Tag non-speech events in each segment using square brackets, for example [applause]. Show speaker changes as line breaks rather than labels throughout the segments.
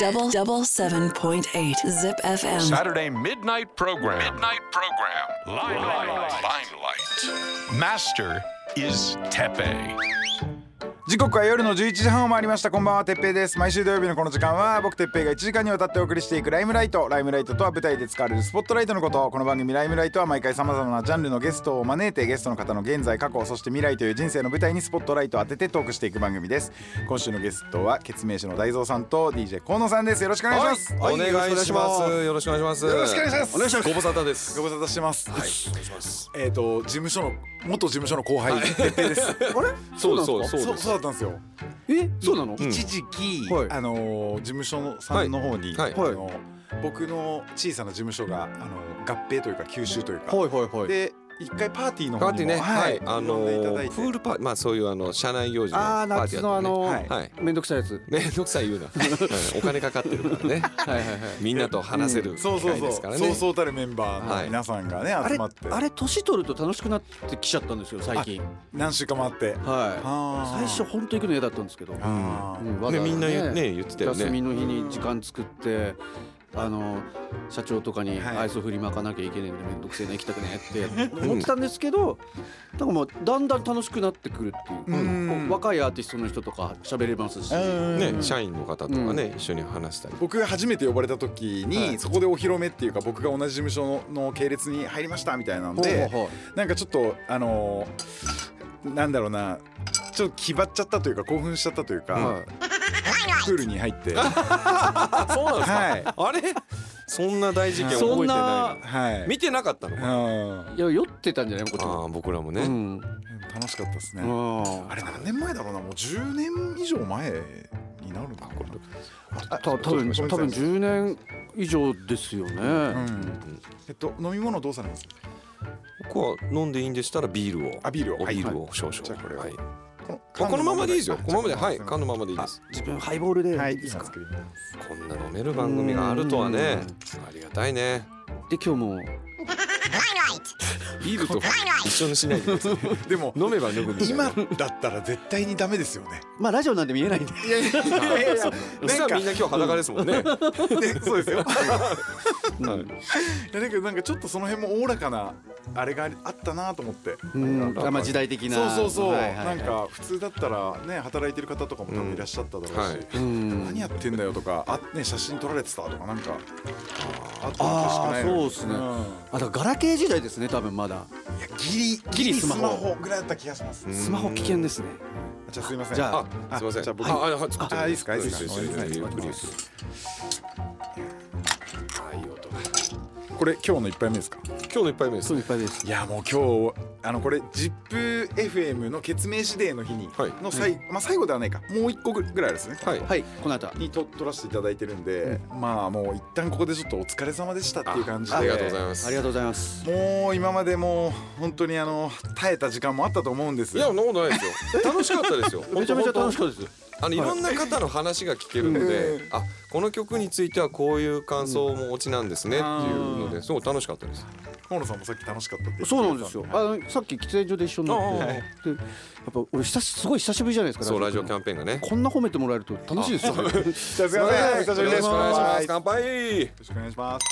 Double double seven point eight zip FM.
Saturday midnight program. Midnight program. Limelight. Limelight. Master is Tepe.
時刻は夜の11時半を回りましたこんばんはてっぺいです毎週土曜日のこの時間は僕てっぺいが1時間にわたってお送りしていくライムライトライムライトとは舞台で使われるスポットライトのことこの番組ライムライトは毎回さまざまなジャンルのゲストを招いてゲストの方の現在過去そして未来という人生の舞台にスポットライトを当ててトークしていく番組です今週のゲストは決明師の大蔵さんと DJ 河野さんですよろしくお願いします
お願いします。よろしくお願いします。よろしくお願いします。お願いします。ご無沙汰です。
ご無沙汰してますはい
お願いします。
えっと事務所の元事務所の後輩てっぺい
[laughs]
ですあれ
そうそう
そ
そうう
そ
そうう
だったんですよ
えそうなの
一時期、
はい
あのー事務所のさんの方に、
はい
あの僕の小さな事務所があの合併というか吸収というか、
はいはいはい
で一回パーティーの
パ
方
ーティ
に
ー
も、
ね、はい、
あ
あ
の
の
んでいただい
ー
て
プールパー、まあそういうあの社内行事の
あー
パーティ
夏
ーだ
の
っ
あ
たよね。
の
はい
はい。
めんどくさいやつ
めんどくさい言うな。はいお金かかってるからね。
はいはいはい
みんなと話せる機
そうそう
会
そ
で
う、
すから
そう
ね。
そうたるメンバー
は
の
い
皆さんがね、
あ
集
れ
まって
あれ年取ると楽しくなってきちゃったんですよ最近
何週間もあって、
は
あ
い
ー
最初本当行くの嫌だったんですけど
あ
うんわざわざ
ねみんな言うね言ってたよね
休みの日に時間作ってあの社長とかに
はい
アイスを振りまかなきゃいけないんで面倒くせえな行きたくね
[laughs]
えって思ってたんですけどなんかもうだんだん楽しくなってくるっていう
うん
こう若いアーティストの人とか喋れますし
ーうん
ね、社員の方とかね、一緒に話したり。
僕が初めて呼ばれた時に、
はい
そこでお披露目っていうか僕が同じ事務所のの系列に入りましたみたいなの
ほうほう
で
ほう
なんかちょっとあのーなんだろうなちょっと気張っちゃったというか興奮しちゃったというか、
はい
プールに
[laughs]
入って
そうなんです
はい
か。あれ、そんな大事件覚え
そ
て
ん
な
ない
はい
い。見てなかったの
う
か。
ん
いや酔ってたんじゃないこっち
あ
も
あ、僕らも
う
ね。
ん
楽しかったですね、
うん
あれ何年前だろうなもう10年以上前になるのかな
た多分
そう
多分10年以上ですよね、
うんえっと飲み物どうされます
僕は飲んでいいんでしたらビールを。
あビールを
お
はい
ビールを少々。
じゃあこれを
はい
この
あこのままでいいですよ。
あ
このままで、はい、
じゃあ
缶のままでいいです。
自分ハイボールで、
はい、いい
で
ですす
か
作ります
こんな飲める番組があるとはね、ありがたいね。
で今日も
ビールと一緒にしないでください。
でも
飲めば脱ぐみたい
今
な。
だったら絶対にダメですよね
まあラジオなんて見えないんで
いやいやいやいや
そしたらみんな今日裸ですもんね。
ねそうですよ
はい
いやだけどなんかちょっとその辺もおおらかなあれがありあったなと思って
うんあまあ時代的
そう
な
そうそう、
はいはいはい
なんか普通だったらね働いてる方とかも多分いらっしゃっただろうし、
うんはい
うん
何やってんだよとかあ、ね、写真撮られてたとかなんかあったらおかしく
あ
な
あ
い
そう
の
で
に
すね、あだからガラケー時代ですね多分まだ
いやギリ
ギリスマホ
ぐらいだった気がします
スマホ危険ですね
じゃあすいません
じゃ
あ、
あ
すみません。
じゃあ僕
あ、あはい
あいいですかいいですか
ゆっくりゆっくりゆっくり
お願いしま
あいい音だ
これ今日の一杯目ですか
今日の一杯目です
そう。いっぱいです
いやもう今日あのこれ ZIPFM の決明指令の日に
はい
の最,、まあ、最後ではないかもう一個ぐらいですね
はい。
はいこの後は
にと撮らせていただいてるんで、まあもう一旦ここでちょっとお疲れ様でしたっていう感じで
ありがとうございます。
ありがとうございます
もう今までもう本当にあの耐えた時間もあったと思うんです
いや、そんなことないですよ。楽しかったですよ。
めちゃめちゃ楽し
かっ
かったです
た。あの、いろんな方の話が聞けるので、あ、この曲についてはこういう感想もおちなんですねっていうので、すごい楽しかったです。
河野さんもさっき楽しかったって
そうなんですよあのさっき喫煙所で一緒になって
ああ
でやっぱ俺久しすごい久しぶりじゃないですか
そう、ラジオキ
局
ャンペーンがね。
こんな褒めてもらえると楽しいですよ
じ
ね
ゃあすいませんお久しぶりで
よろし
す
くお願いします。
よ
乾杯。
ろしくお願いします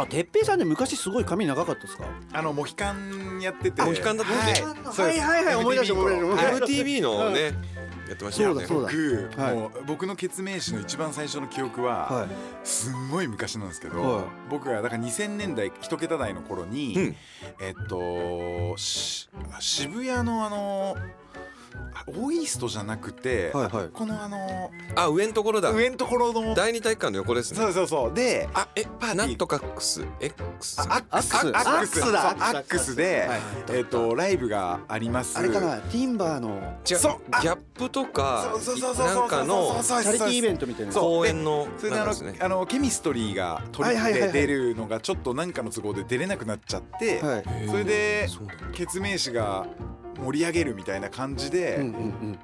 あ、てっぺいさんで昔すごい髪長かったですか。
あのモヒカンやってて
モヒカンだったね
そうです
思い出した思い出した思い出した
MTV のね、やってましたよね。
そうだ
僕、
はい
もう僕の決明誌の一番最初の記憶は、
はい
すんごい昔なんですけど、
はい
僕がだから2000年代一桁台の頃に、
うん
えっとし渋谷のあのあオーイーストじゃなくて、
はいはい
このあの
あ、上のところだ。
上のところの
第二体育館の横ですね
そ。うそうそうで
あ、え、パなんとかックス、エックス。
アックス
アックス
アックス
アックスだ
そうアックスで、
はい
えっとライブがあります
あれかな、ティンバーの
違う
そうあ
ギャップとか
そうそうそうそう
なんかの
チ
チャリティーイベントみたいな。
そう
公演の
それで
な
あ
んか
の
ですね
あのケミストリーが取り
はいはいはい
で
は
出
い
るのがちょっと何かの都合で出れなくなっちゃって、
はい。
それで
そうなんだ
決明誌が盛り上げるみたいな感じで、
うんうんうん。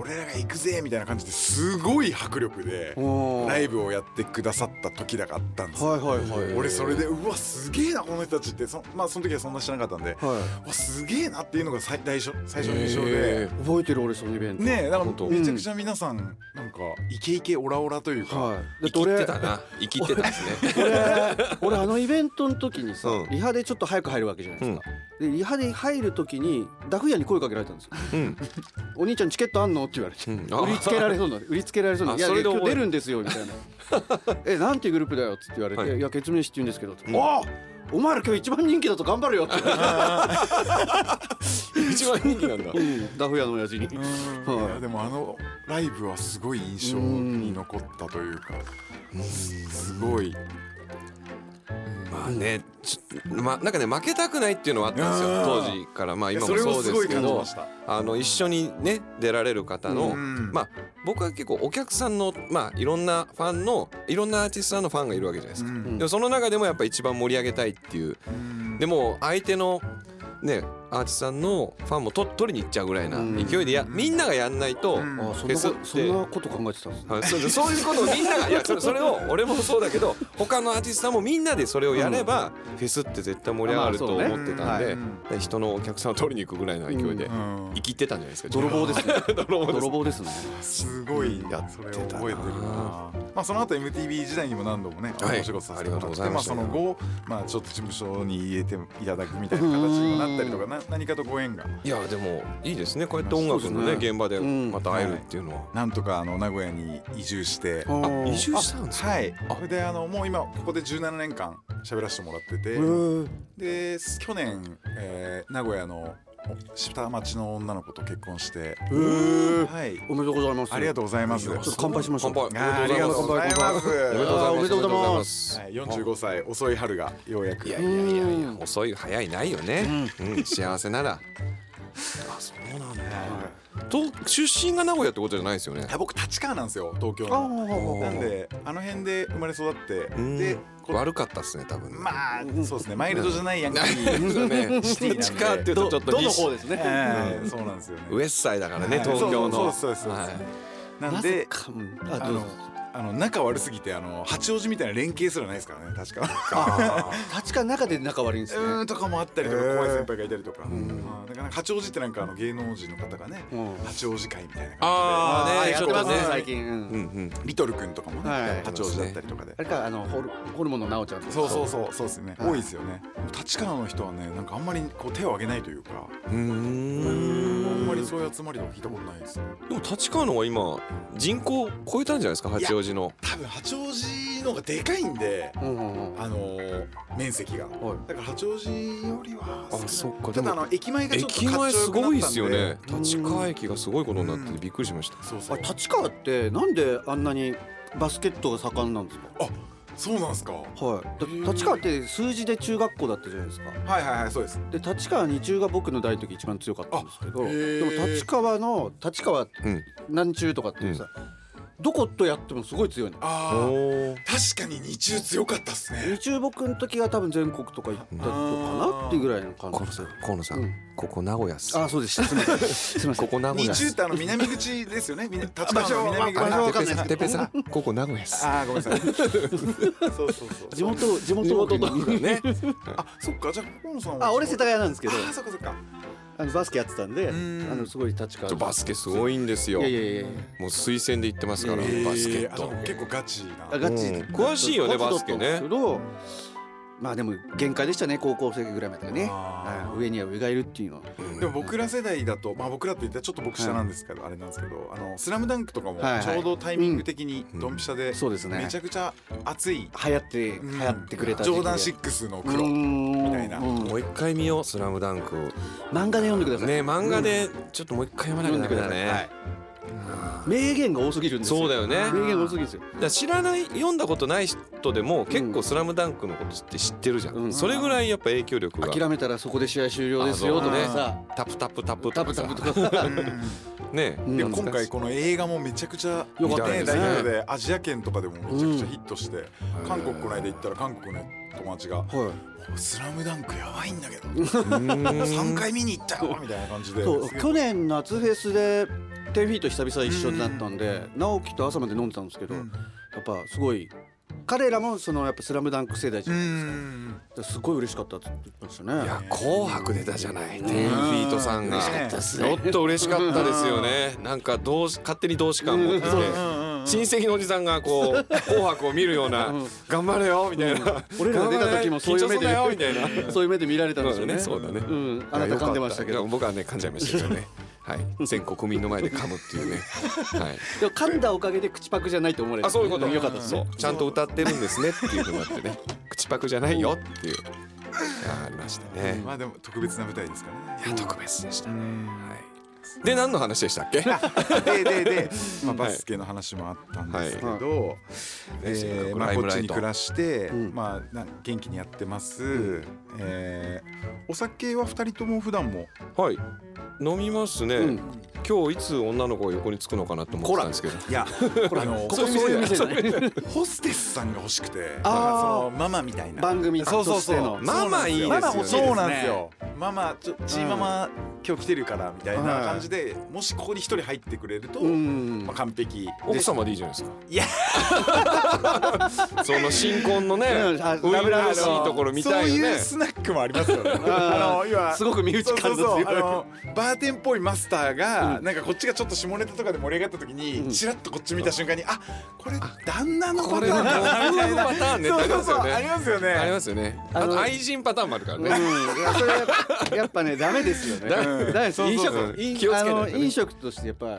俺らが行くぜみたいな感じですごい迫力で
おー
ライブをやってくださった時だがあったんですよ
はいはいはい
俺それでうわすげえなこの人たちってそ,、まあ、その時はそんな知らなかったんで、
は
うわすげえなっていうのが最大初最初の印象で。
え
い覚えてる俺そのイベント
ねえなん
本
か
当
めちゃくちゃ皆さんなんかイケイケオラオラというか、
はいだ
生
って
き
俺
てたな生きてたんです
[laughs]
ね
俺あのイベントの時にさ、
うん
リハでちょっと早く入るわけじゃないですか、でリハで入る時にダフ屋に声かけられたんですよ
うん
「お兄ちゃんチケットあんの?」って言われて、
うんあ
売りつけられそうな売りつけられそうな「
あ
いや
それ
い
で
や今日
覚え
出
る
るんですよ」みたいな
[laughs]
「えなんていうグループだよ」っつって言われて「
はい
い、や月面師って言うんですけど」
ん
おおお前ら今日一番人気だと頑張るよ」って、
一番人気なんだ
うん、ダフ屋の親父に。
うん
は
い
い
やでもあのライブはすごい印象に残ったというかすごい
まあね、ちょまあなんかね負けたくないっていうのはあったんです
あ
よ
ー
当時からまあ今も
それ
そ
を
う
す
で
ご
す
い
け
感じ
ど
ました
あの一緒にね出られる方
う
の
ん
まあ僕は結構お客さんのまあいろんなファンのいろんなアーティストさんのファンがいるわけじゃないですか。
うん
でもその中でもやっぱ一番盛り上げたいっていうでも相手のねアーティストさんのファンもと取りに行っちゃうぐらいな勢いでやみんながやんないと
ん
あそ
フ
ん
ェ
な
ス
こ
っ
と
て
そんなこと考えてたんですね。
はいそうそういうことをみんながいやそれそれを俺もそうだけど他のアーティストさんもみんなでそれをやればフェスって絶対盛り上がると思ってた
まあ
ん
そうね
でで人のお客さんを取りに行くぐらいの勢いで
うん
生きてたんじゃないですか
泥棒ですね。
泥棒です
泥棒ですね。
すごい
やって
そ
た
れ
な
を覚えてるなまあその後 MTV 時代にも何度もね、
はい
お仕事させてもら
あ
っ
りが
て
とう
まあ
ござ
そ
いま
の
した
後まあちょっと事務所に入れていただくみたいな形にもなったりとかな何かとご縁が
いやでもいいですねこうやって音楽の
そ
ね
うですね
現場でまた会えるっていうのは
なんとかあの名古屋に移住して
あー
移住したんですか
はいそれであのもう今ここで17年間喋らせてもらってて
へー
で去年、えー名古屋の下町の女の子と結婚して
へー
はい
おめでとうございます。
ありがとうございます
ちょっと乾杯しましょう。
乾杯
あーありがとうございます
おめでとうございます
あーおめでとうございます
はい、45歳遅い春がようやく
いやいやいやいや遅い早いないよねうん幸せ
[laughs]
ならあそうなんだと出身が名古屋ってことじゃないですよね
いや僕立川なんですよ東京
あ
の
ー
なんであの辺で生まれ育ってでこ
悪かったっすね多分ね
まあそうですねマイルドじゃないやんか
そうね
シティなんで
地下っていうと
ど
ちょっと
どの
西
方ですね。
はいそうなんですよね
ウエッサイだからね
はい
東京の
そうそうそうですそうで
は
す
い
なん
なぜ
で
かうんあ
あ
どう
の
ぞ
あの仲悪すぎてあの八王子みたいな連携すらないですからね確か
立川の中で仲悪いんで
[laughs]
す
うー
ね。
んとかもあったりとか
へー
怖い先輩がいたりとか、まあ、なかなか八王子ってなんかあの芸能人の方がね、
うん
八王子会みたいな
あー
感じ
ねちょっ
で
やっ
とね
てますね最近。うん
うんうん
リトルくんとかもね、
はい
八王子だったりとかで
あ。れかあのホルホルモンの奈緒ちゃんとか。
そうそうそうそうですよね、
はい
多いですよね立川の人はねなんかあんまりこう手を挙げないというか
うーん
あんまりそういう集まりとか聞いたことないですね
でも立川のは今人口超えたんじゃないですか八王子の
多分八王子の方がでかいんで
うんうんうん。
あのー面積が、
はい
だから八王子よりは少ない
あそっかで
た
も
だあの駅前がちょっと
駅前すごいですよ
かっちょ
ね
くなったんで
立川駅がすごいことになっててびっくりしました
そうそ
あ
う
れ立川ってなんであんなにバスケットが盛んなんですか。
あそうなんですかは
はい。だ立川って数字で中学校だったじゃないですか。
いはいはいそうです
で立川二中が僕の代の時一番強かったんですけど
あへー
でも立川の立川
うん
何中とかっていうさ、どことやってもすごい強いの
お
ああ
ー
確かに日中強かったっすね
二中僕の時が多分全国とか行ったとかなっていうぐらいの感
河野
じ
さん河野さ
うんん
ここ名古屋っす
あそうですすみませんすみませ
[laughs] こ
ん
こ名古
日
屋っ
中っ
す
てあの南口ですよねみな立川の南口
場所はわかんな
あてっぺ
い
さんてっぺさんここ名古屋っす
ああごめんなさ [laughs] いそうそうそう
地元地元僕
地元の [laughs] ね
あそっかじゃあ河野さんは
あ俺世田谷なんですけど
あーそっかそっか
あのバスケやってたんであ
ん
のすごい立川
ちょバスケすごいんですよ
い
も
やいうやいやいや
推薦で行ってますからバ
えー
スケッ
あで
ト
も結構ガチな
あガチ、
うん詳しいよね
ガチだったんですけどまあでも限界でしたね高校生ぐらいまでがね
あー
はい上には上がいるっていうのは
でも僕ら世代だと、まあ、僕らって言ったらちょっと僕下なんですけど、あれなんですけど「あのスラムダンクとかも
はいはい
ちょうどタイミング的にドンピシャで、
そうですね
めちゃくちゃ熱い、
流行って流
うん
行ってくれた
ジ
時期
ョ
で
ーダンシックスの
う
黒
ーん
みたいな
うん
もう一回見よう「スラムダンクを
漫画で読んでください
ね漫画でちょっともう一回読まなき
読
ゃ
ん
ダ
でく
メ
だ
だ
さい、
ね
はい名言が多すぎるんですよ
そうだよね
名言多すぎるんですよ
だから知らない読んだことない人でも結構「スラムダンクのことって知ってるじゃん、
うん
それぐらいやっぱ影響力が
諦めたらそこで試合終了ですよ
あそ
と
う
か
ね
さ
タプタプタプ
タブタブとかさ
ね
うん
で
懐
今回この映画もめちゃくちゃ
よ
かった
ね
です
大
ね
ヒットでアジア圏とかでもめちゃくちゃヒットして、韓国この間行ったら韓国の友達が
は
「スラムダンクやばいんだけど3回見に行ったよ」みたいな感じで
いそう去年夏フェスで10フィート久々一緒になったんで、直樹と朝まで飲んでたんですけど、やっぱすごい彼らもそのやっぱスラムダンク世代じゃ
う
ない
ん
ですか、すごい嬉しかったって言ってましたね。
いや紅白出たじゃない、テンフィートさんが。
嬉しかった
っす
ち
ね
ょっと嬉しかったですよね。なんか同士勝手に同士感持ってて、親戚のおじさんがこう紅白を見るような頑張れよみたいな。
俺らが出た時もそういう目
頑張れ緊張すんなよみたい
で [laughs] そういう目で見られたんですよね。
そうだねそうだね
ん、あなた噛んでましたけ
いや
ど、
よかったいや僕はね噛んじゃいましたけどね。はい、全国民の前で噛むっていうね。はい。
でも噛んだおかげで口パクじゃないと思われた。
あそういうこと。
んよかったです
そ
ね。
うちゃんと歌ってるんですねっていうのがあってね。口パクじゃないよっていう。あありましたね。
まあでも特別な舞台ですからね
いや特別でしたね。はい。で何の話でしたっけ？
でで [laughs] で、まあ、バスケの話もあったんですけど、えーまあ、こっちに暮らして、
ん
まあ、な元気にやってます、えーお酒は二人とも普段も
はい飲みますね、
うん
今日いつ女の子が横につくのかなと思ってたんですけど
[laughs] いやあの
ここそういう店じゃない。
ホステスさんが欲しくて
あー
そのママみたいな
番組
そうそう
として
そ
の
う
ママいいですよね
ママ欲しそうなんですよママちょチーママ今日来てるからみたいな感じでもしここに一人入ってくれると、
うん
まあ、完璧で
奥様でいいじゃないですか
いや
[laughs] その新婚のね
うんあ
初々しいところ見たいよ
そうい
ね
うスナックもありま
[laughs]
すよね
あ
あの今
すごく身内
そう
感
そうそ
の
う
強い
あのバーテンっぽいマスターが、なんかこっちがちょっと下ネタとかで盛り上がった時に、ちらっとこっち見た瞬間にあこれ旦那の
こ
パタ
れ
ー
は
ンだなみたいな
パターンね
そうそうそう
って
ありますよね
ありますよねあ
あ
と
の
愛人パターンもあるから
うん、い
ね、
やそれやっぱやっぱねダメですよね。
ダメ
メそうそうそう
飲食気をつけないとね
あの飲食としてやっぱ、
うん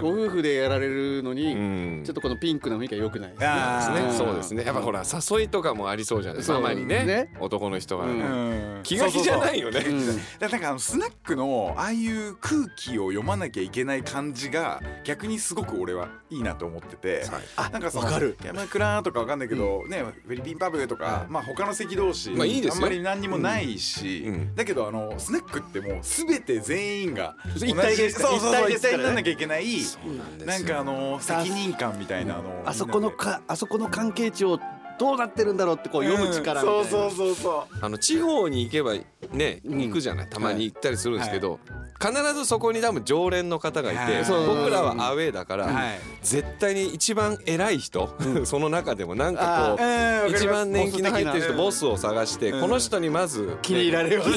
ご夫婦でやられるのに、
ん
ちょっとこのピンクの雰囲気は良くないですね。
あー
ねそうですねやっぱほら誘いとかもありそうじゃないですか
そ
マ
う
マにね
ね
男の人が、
うん
うん
気が気じゃないよね
うん
だからなんかあのスナックのああいう空気を読まなきゃいけない感じが逆にすごく俺はいいなと思ってて、なんかその
わかる
山倉とかわかんないけど、ねフィリピンパブとか、まあ他の席同士、
まあいいですよ
んまり何にもないし、
うんうん
だけどあのスナックってもう全て全員が同じ
一体ですから
そうそうそ
一
う
体で
一
すか
体
らね
にならなきゃいけない
そうなん
なんかあの責任感みたいなあの
あそこのかあそこの関係値をどうなってるんだろうってこう
みんなで
読む力みたいな。
うんそうそうそうそう
あの地方に行けばね
うん
行くじゃないたまに行ったりするんですけど、必ずそこに多分常連の方がいて、
はい
そう
僕らはアウェーだから、
はい
絶対に一番偉い人、 [laughs] その中でもなんかこ
あーう
うん
わかります
一番年季の入ってる人ボ
ボ
スを探して、この人にまず、
気に入られよう。
[laughs]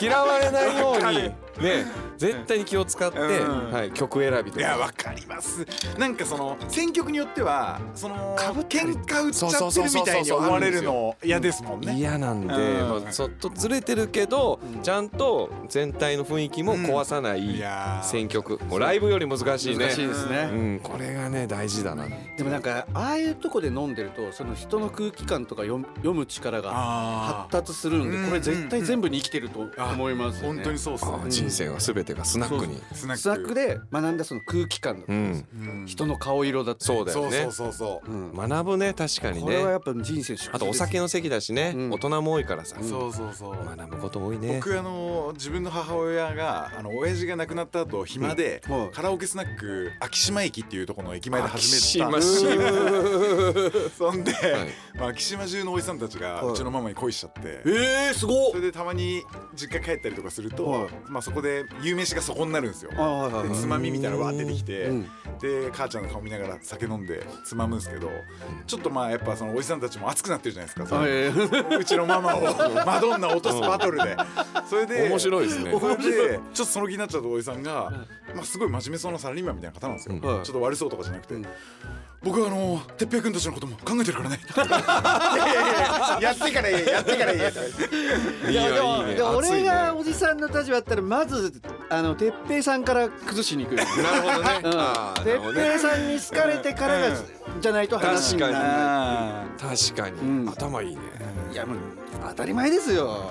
嫌われないようにね絶対に気を使って、
うん
はい、曲選びと
いやわ
か。
かりますなんかその選曲によってはその喧嘩売っち
そ
ゃ
う
っ
そ
て
うそう
る
そう
みたいに思われるの嫌ですもんね
嫌なんで、
うん
まあ、ちょっとずれてるけど、ちゃんと全体の雰囲気も壊さない
いやー
選曲、もうライブより難しいね
難しいですね。
うん、これがね大事だな
でもなんかああいうとこで飲んでるとその人の空気感とか読む読む力が
あ
発達するん
うん
でこれ絶対全部に生きてると
あ
思います
ー
ね。
本当にそうっすね
あ人生は全てがスナックに
スナック
スナックで学んだその空気感
う
だとか、
ん
うん
人の顔色だったり
そうだ
そ
よ
うそ
ね
うそうそう
うん
学ぶね確かに
これはや
ね
っぱ人生
あとお酒の席だしね、
うん
大人も多いからさ、
そうそうそう
学ぶこと多いね
僕あの自分の母親があの親父が亡くなった後暇で
うんはい
カラオケスナック昭島駅っていうところの駅前で始め
昭
た
島市
[laughs] そんで
い
まあ昭島中のおじさんたちがうちのママに恋しちゃって
ええすごっ
それでたまに実家帰ったりとかする
は
と
い
まあそこで有名詞がそこになるんですよ
あはいはい
で
はい
つまみみたいなのわーって出てきて、
うん
で母ちゃんの顔見ながら酒飲んでつまむんですけどちょっとまあやっぱそのおじさんたちも熱くなってるじゃないですか、
あええ
[laughs] うちのママをマドンナ落とすバトルでそれで
面白
い
いです
[laughs]
ね
それでちょっとその気になっちゃったおじさんが、まあ、すごい真面目そうなサラリーマンみたいな方なんですよ、
はい
ちょっと悪そうとかじゃなくて、
ん
僕はあの哲平君たちのことも考えてるからね [laughs] いやいやいややってから言えやってから言えとか言って
いやいいね
でも
熱い
俺
ね
がおじさんの立場だったらまずあの哲平さんから崩しに行く
な
よ
るほどね
うん
あーなるほど
哲
ね
平さんに好かれてからがじゃないと話になら
確
ない
確かに、
ん
頭いいね
いやもう当たり前ですよ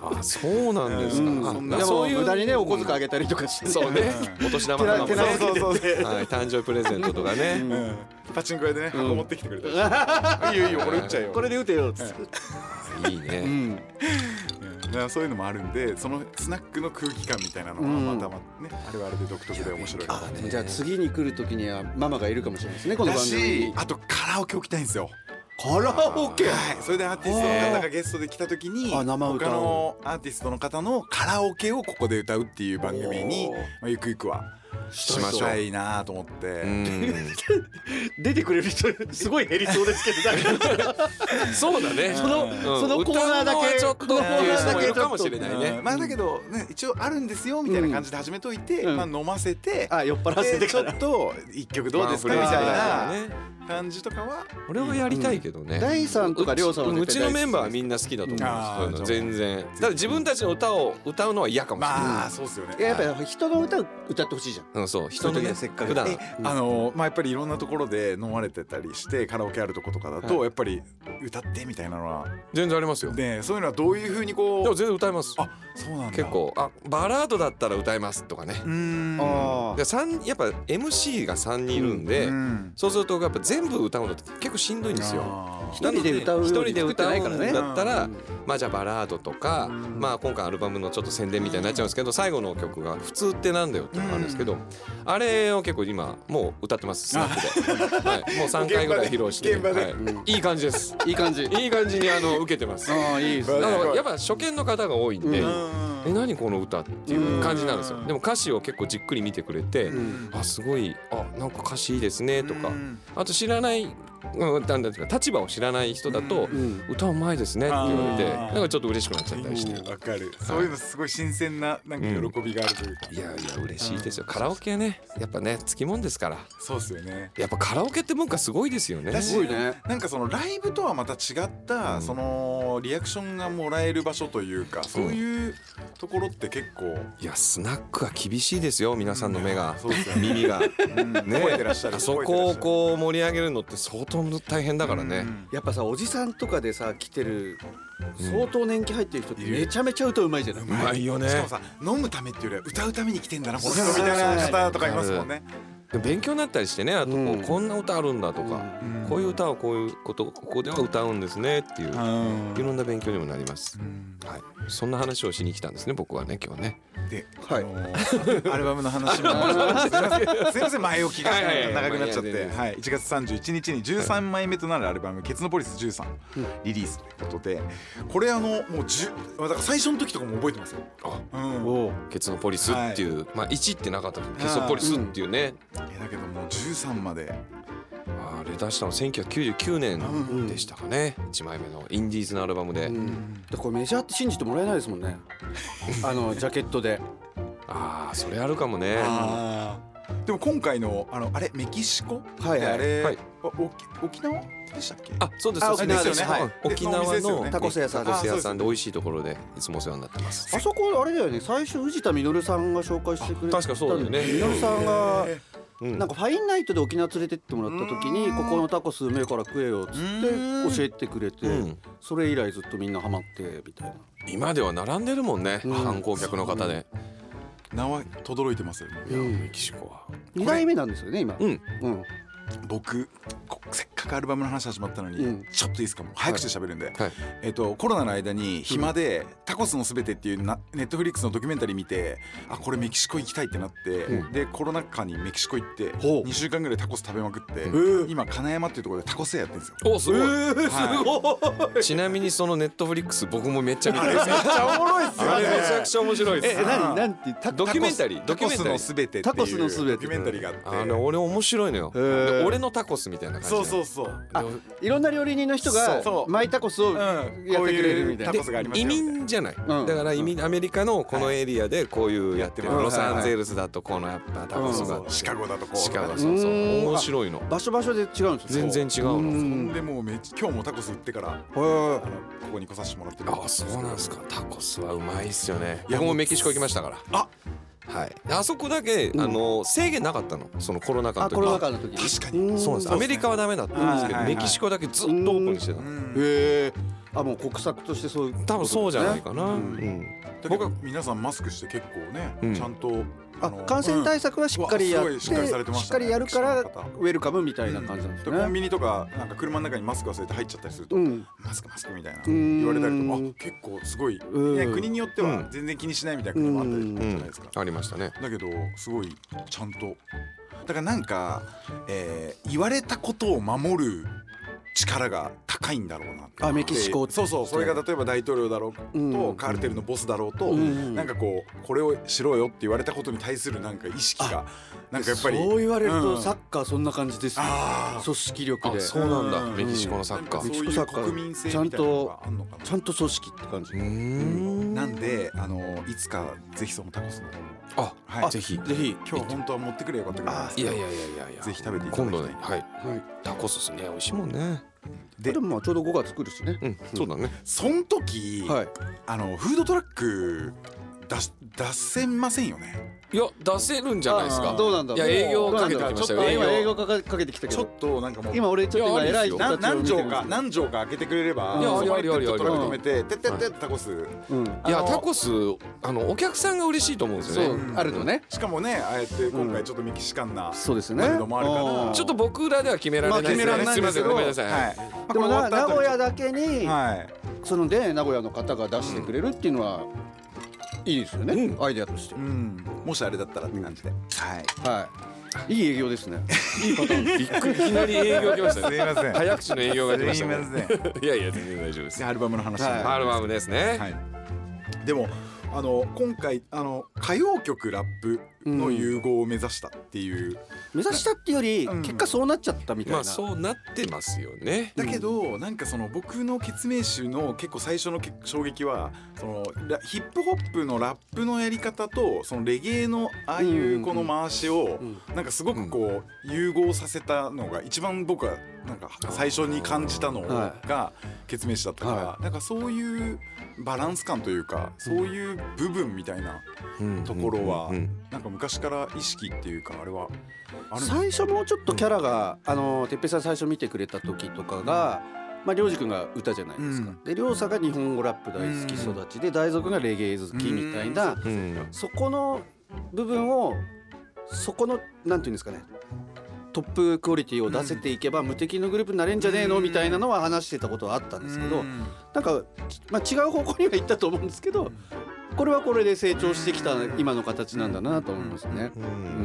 あそうなんですか、
うん
あ
そん
い
な
や
も
そう
う
いう
無駄にねお小遣いあげたりとかして
そうねお年玉とかもね
手な
そうそうそう
はい、誕生日プレゼントとかね、
うんパチンコ屋でね箱持ってきてくれたりして、いいよいいよ俺打っちゃえよ
これで打てよっつって
いいね、
うん
うんだからそういうのもあるんでそのスナックの空気感みたいなのが
うん
またまたね、あれはあれで独特で面白いな
じゃあ次に来る時にはママがいるかもしれないですねこの
だ
番組
し
に
あとカラオケ置きたいんですよ
カラオケ
はいそれでアーティストの方がゲストで来た時に
あ
他
生歌を
のアーティストの方のカラオケをここで歌うっていう番組に、まあ、ゆくゆくは
しましょ
た
う。
いなと思って、
うん
出てくれる人すごい減りそうですけどなんか
そうだね。
その、
うん
そのコーナー
歌
だ
うのは
け
ちょっとって
このコー
いう
ナーだ
人も
け
いる
ちょっと
かもしれないね
うん。まあだけど、ね、一応あるんですよみたいな感じで始めといて、
うん
まあ、飲ませて、
あ酔っ払わせて
でち
か
ょ
ら
っと一曲どうですかみ
ワンフレ
た
ーズ
い
だからね。
な感じとかは
俺はやりたいけどね。
大さんとか亮さんは
う
絶
ち
対
の
大好き
メンバーはみんな好きだと思う
あー
そういうの全然だって自分たちの歌を歌うのは嫌かもしれない、
まあそうですよね。
いややっぱ人の歌を歌ってほしいじゃん
うんそう人の
そういう時
ね
はせっかく
普段
えあのまあやっぱりいろんなところで飲まれてたりしてカラオケあるとことかだと、
は
やっぱり歌ってみたいなのは
全然ありますよで
ねそういうのはどういうふうにこ
も
う
全然歌います
あそうなんだ
結構あバラードだったら歌いますとかね
うーん
あ
で三やっぱ MC が3人いるんで、
うん
そうするとやっぱ全部歌うのって結構しんどいんですよ
あー
一人で歌うように
一人で歌うん
作ってな
か
い
だった
ら
ら
ね
まあじゃあバラードとか、まあ今回アルバムのちょっと宣伝みたいになっちゃうんですけど最後の曲が「普通ってなんだよ」っていうのがあるんですけど、あれを結構今もう歌ってますスナップで、はい、もう3回ぐらい披露して、
現場で
はいいい感じです
いい感じ
いい感じにあの受けてます
ああいいですね
だからやっぱ初見の方が多いんで、
う
え何この歌っていう感じなんですよでも歌詞を結構じっくり見てくれて、
ん
あすごいあなんか歌詞いいですねとか、
うん
あと知らないうんなんだとか立場を知らない人だと、
ん
歌うまいですねって言われて
あー
なんかちょっと嬉しくなっちゃったりして。
わかるそういうのすごい新鮮ななん
う
か
ん
喜びがあるというか、
いやいや嬉しいですよ、カラオケねやっぱねつきもんですから
そうっすよね
やっぱカラオケって文化すごいですよね
だし
すごいね
なんかそのライブとはまた違った、そのリアクションがもらえる場所というかそういうところって結構、
いやスナックは厳しいですよ皆さんの目が、
そうですよね
耳 [laughs] が、
うん覚えてらっしゃる
あそこをこう盛り上げるのって相当大変だからね、
やっぱさおじさんとかでさ来てる相当年季入ってる人ってめちゃめちゃ歌うまいじゃないう
まいよね
しかもさ飲むためっていうよりは歌うために来てんだなこの人みたいな方とかいますもんね
でも勉強になったりしてねあとこう、
うん
こんな歌あるんだとか、こういう歌をこういうことここでは歌うんですねっていう、
うん
いろんな勉強にもなります、
ん
はい、そんな話をしに来たんですね僕はね今日ね
で、
はい
あの
[laughs]
ーアルバムの話も [laughs] すいませんすいません前置きが
はいはいはい
長くなっちゃっ
いやいや
て、
いや
はい、1月31日に13枚目となるアルバム「ケツのポリス13」リリースということでこれあのもう10だから最初の時とかも覚えてますよ。
あ
うん、
おう
ケツのポリスっていう、まあ1ってなかったけどケツのポリスっていうね、
えだけどもう13まで
あれ出したの1999年でしたかね、一1枚目のインディーズのアルバムで、
でこれメジャーって信じてもらえないですも [laughs] んねあのジャケットで
ああそれあるかもね
でも今回のあのあれメキシコ、
はいはい
であれ、
はい
お沖沖縄でしたっけ
あそうです
あ
そうです
沖縄ですよね
はい
はい
沖
でお店
縄
ですよね
の
タコス屋さん
タコス
あそうで
屋
す
さんで美味しいところでいつもお世話になってます
あそこあれだよね最初宇治田実さんが紹介してくれた
あ確かそうだよね
実さんが
うん
なんかファインナイトで沖縄連れてってもらった時にここのタコスうめえから食えよっつって教えてくれて
うん
それ以来ずっとみんなハマってみたいな
今では並んでるもんね、
うん
観光客の方で、
名は轟いてますよね
うん
メキシコは
二代目なんですよね今
うん
うん
僕こせっかくアルバムの話始まったのに、
うん
ちょっといいですかもう早口で喋るんで、
はい
えっとコロナの間に暇で「タコスのすべて」っていうなネットフリックスのドキュメンタリー見てあこれメキシコ行きたいってなって、でコロナ禍にメキシコ行って
ほう
2週間ぐらいタコス食べまくって、今金山っていうところでタコス屋やってるんですよ。
おすごい、
はい
ちなみにそのネットフリックス僕もめっちゃ見てる
めっちゃおもろいっすよ
あれ
ね
めちゃくちゃ面白いで
え
す
何なんてタ
ドキュメンタリー
タ
ドキュ
コ
メン
ス
タリ
の
ー
すべてっていう
タコスの全て
ドキュメンタリーがあって
あの俺面白いのよ、で
ー
俺のタコスみたいな感じ
そうそううそう
いろんな料理人の人が
そう
マイタコスをやっ
う
て
んこ
く
う
れる
い
み
う
たい
タ
な
コスがあります
移
よみたいな
民じゃない、
ん
だから移民アメリカのこのエリアでこういうやってる、
はい
ロサンゼルスだとこのやっぱタコスがあって、
シカゴだとこう
シカゴ
とか
そうそう
うん
面白いの
場所場所で違うんですよ
全然違う
う
の
ん
でもうめっちゃ今日もタコス売ってから
へー
あのここに来させてもらってる
あそうなんですかタコスはうまいっすよね
いや
僕もメキシコ行きましたから
あ
はい、あそこだけ、あの制限なかったのそのコロナ禍の
あ
時
コロナ禍の時
確かに
そうなんですアメリカはダメだったんですけど、
はいはいはい
メキシコだけずっとオープンしてたの
へえあもう国策としてそういう
多分そうじゃないかな、うん
僕
僕
は
は
皆さんマスクして結構ね、
うん
ちゃんとあ
あ
の
感染対策はしっかりやっ
う
て
んすごいしっかりされてま
し
し
ったか
ね
りやるからウ
メキシコの方
ェルカムみたいな感じなんです
コン
ね
ビニとかなんか車の中にマスク忘れて入っちゃったりすると、
うん
マスクマスクみたいな
うん
言われたりとかあ結構すごい、
うん
ね、国によって
う
は
ん
全然気にしないみたいなこともあったり
う
じゃない
ん
ですか、
ありましたね
だけどすごいちゃんとだからなんか、えー言われたことを守る力が高いんだろうなって
あメキシコ
そうそうそれが例えば大統領だろうと、
うん
カルテルのボスだろうと、
ん
なんかこうこれをしろよって言われたことに対するなんか意識がなんかやっぱり
そう言われる
う
と
ん
サッカーそんな感じですよ
あー
組織力で
あ
ち
そうなんだ、
うん
メキシコのサッカ
なん
ー
かそういう国民性みたいなのがあんのかな
ゃんと組織って感じ
うーん
なんであのいつかぜひそのタコスの方も
あ、
はい
ぜひ
ぜひ
今日本当は持ってくれよかったけど
いやいやいやいやいや
ぜひ食べていただきたい
今度ねはい、タコスですね美味しいもんね
で
でもまあちょうど5月来るしね
うん、そうだね
そん時、
はい
あのフードトラック出し出せませんよね
いや出せるんじゃないです
あ
か
ー
どうなんだ
いや営業かけてきましたよ
ちょっと
営
今
業
営業かかかけてきたけ
ちょっ
ど
となんかもう
今俺ちょっと今偉い人
な
たちを
何
見てる
畳
んです
か
けど
何畳か開けてくれれば
いや
そこ
ありあり
トラック止めててって
あ
っ
り
てってタコス
うん
いや
あの
タコスあのお客さんが嬉しいと思うんです
そ
よ
う
ね
あるのね
しかもねああえて今回ちょっとメキシカンな
そうですね
なるのもあるから
うん
ちょっと僕らでは決められない
まあ決められない
すみませんごめんな
は
さい、
いまあ
で
これ終
も
わ
な
った
名
後に
古屋だけに
はい
そので名古屋の方が出してくれるっていうのはいいですよね、アイデアとして
うんもしあれだったらって感じではい
はいいい営業ですねいいパターン
びっくりいきなり営業来ました
す
[laughs]
ね
いません
早口の営業が来ましたね
すいま
いやいや全然大丈夫です
でアルバムの話
はい
アルバムですね、
はい、でもあの今回あの歌謡曲ラップの融合を目指したっていう、
[laughs] 目指したっていうより
うん
結果そうなっちゃったみたいな、
まあそうなってますよね
だけど、なんかその僕の決命集の結構最初のけ衝撃はそのラヒップホップのラップのやり方とそのレゲエのああい
んうんう
うんこの回しを
うん
なんかすごくこう融合させたのが一番僕はなんか最初に感じたの
は
が決命誌だったから、
は
なんかそういうバランス感というかそういう部分みたいな。ところは、
うんうん
なんか昔から意識っていうかあれはあるんだ
最初もうちょっとキャラが、あのてっぺいさん最初見てくれた時とかが、まありょうじくんが歌じゃないですか、
うん
でりょうさが日本語ラップ大好き育ちで、大蔵くんがレゲエ好きみたいな、
うん
そこの部分をそこのなんていうんですかねトップクオリティを出せていけば無敵のグループになれんじゃねえのみたいなのは話してたことはあったんですけど
うん
なんか、ちまあ、違う方向には行ったと思うんですけどこれはこれで成長してきた今の形なんだなと思いますね。
うん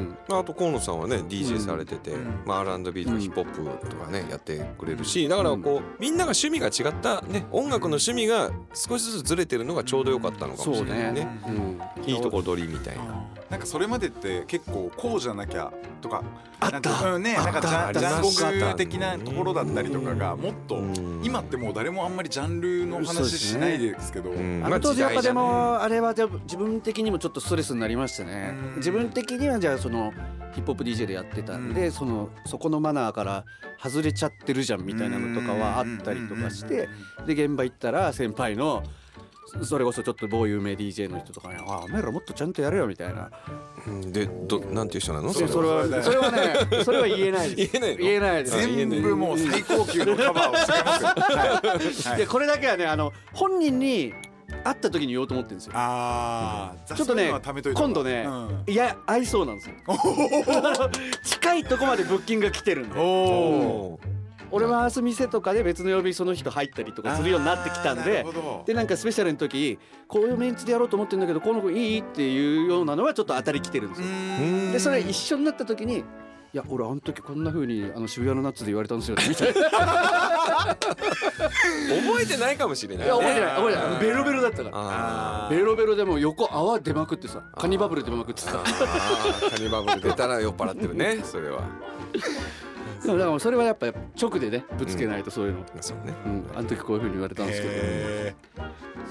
ん
まあ、あと河野さんはね DJ されてて、
うん
まあ、R&B とかヒップホップとかねやってくれるしだからこうみんなが趣味が違った、ね、音楽の趣味が少しずつずれてるのがちょうど良かったのかもしれないね
うん
いいとこ取りみたいな。
なんかそれまでって結構こうじゃなきゃとか
あった
なんかうんねなんかジ
あ
ャ
っ
ン
た
ジャン
ありました
国的なところだったりとかがもっと
うん
今ってもう誰もあんまりジャンルの
そうで
話
す
し
ね
ないですけど
うん
あの当時やっぱで
ま
もあれはでも自分的にもちょっとストレスになりましたね
うん
自分的にはじゃあそのヒップホップ DJ でやってたん
う
でそのそこのマナーから外れちゃってるじゃんみたいなのとかはあったりとかしてで現場行ったら先輩のそれこそちょっと某有名 DJ の人とかに「あお前らもっとちゃんとやれよ」みたいな
うんでどなんていう人なの
それ
それは
はそれはねそれは言えないで
言え
す
ないの
言えないです
全部もう最高級のカバーをして
[laughs]
ますよはいはい
でこれだけはねあの本人に会った時に言おうと思ってるんですよ
あー
ちょっと
雑な
ね
のは貯めいた方が
今度ね、
うん
いや合いそうなんですよ [laughs] 近いとこまでブッキングが来てるんで
おー
俺は明日店とかで別の曜日にその人入ったりとかするようになってきたん
あーなる
で
ほど
でなんかスペシャルの時こういうメンツでやろうと思ってるんだけどこの子いいっていうようなのはちょっと当たりきてるんですよ
うん
でそれ一緒になった時にいや俺あの時こんな風にあの渋谷のナッツで言われたんですよねみ
[laughs]
たいない
覚えてないかもしれない、ね、
や覚えてない覚えてないベロベロだったから
あ
ベロベロでもう横泡出まくってさカニバブル出まくって
ー
さ
あーカニバブル出たら酔っ払ってるねそれは
でもだからそれはやっぱ直でねぶつけないとそういうの、
そうね
うん、あの時こういう風に言われたんですけど、
へー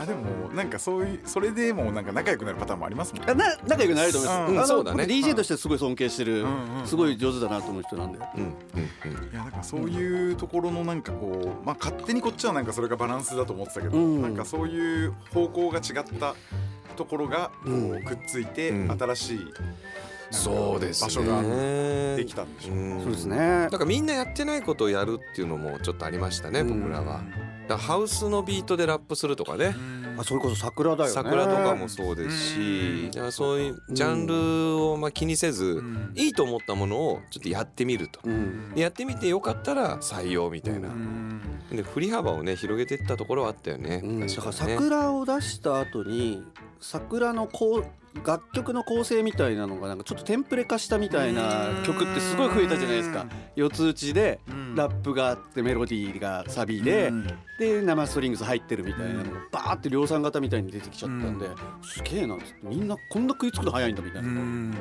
あでもなんかそういうそれでもなんか仲良くなるパターンもありますもんね
あな仲良くなれると思います、
うん
あの
そうだね
僕 DJ としてすごい尊敬してる、
んうん
すごい上手だなと思う人なんで、
うんうん
いやなんかそういうところのなんかこうまあ勝手にこっちはなんかそれがバランスだと思ってたけど、
うん
なんかそういう方向が違ったところがこうくっついて
うん
新しいなんか
そうですね
場所ができたんでしょうね。
ん
そうですね
だからみんなやってないことをやるっていうのもちょっとありましたね僕らは。だからハウスのビートでラップするとかね
あそれこそ桜だよね
桜とかもそうですしだからそういうジャンルをまあ気にせず
ん
いいと思ったものをちょっとやってみると
うん
でやってみてよかったら採用みたいな
うん
で振り幅をね広げていったところはあったよね
うんだ
確
から
にね
桜を出した後に桜のこう楽曲の構成みたいなのがなんかちょっとテンプレ化したみたいな曲ってすごい増えたじゃないですか四つ打ちで
うん
ラップがあってメロディーがサビで、
うん
で生ストリングス入ってるみたいなのがバーって量産型みたいに出てきちゃったんで、
うん
すげえなっつってみんなこんな食いつくの早いんだみたいな、
うん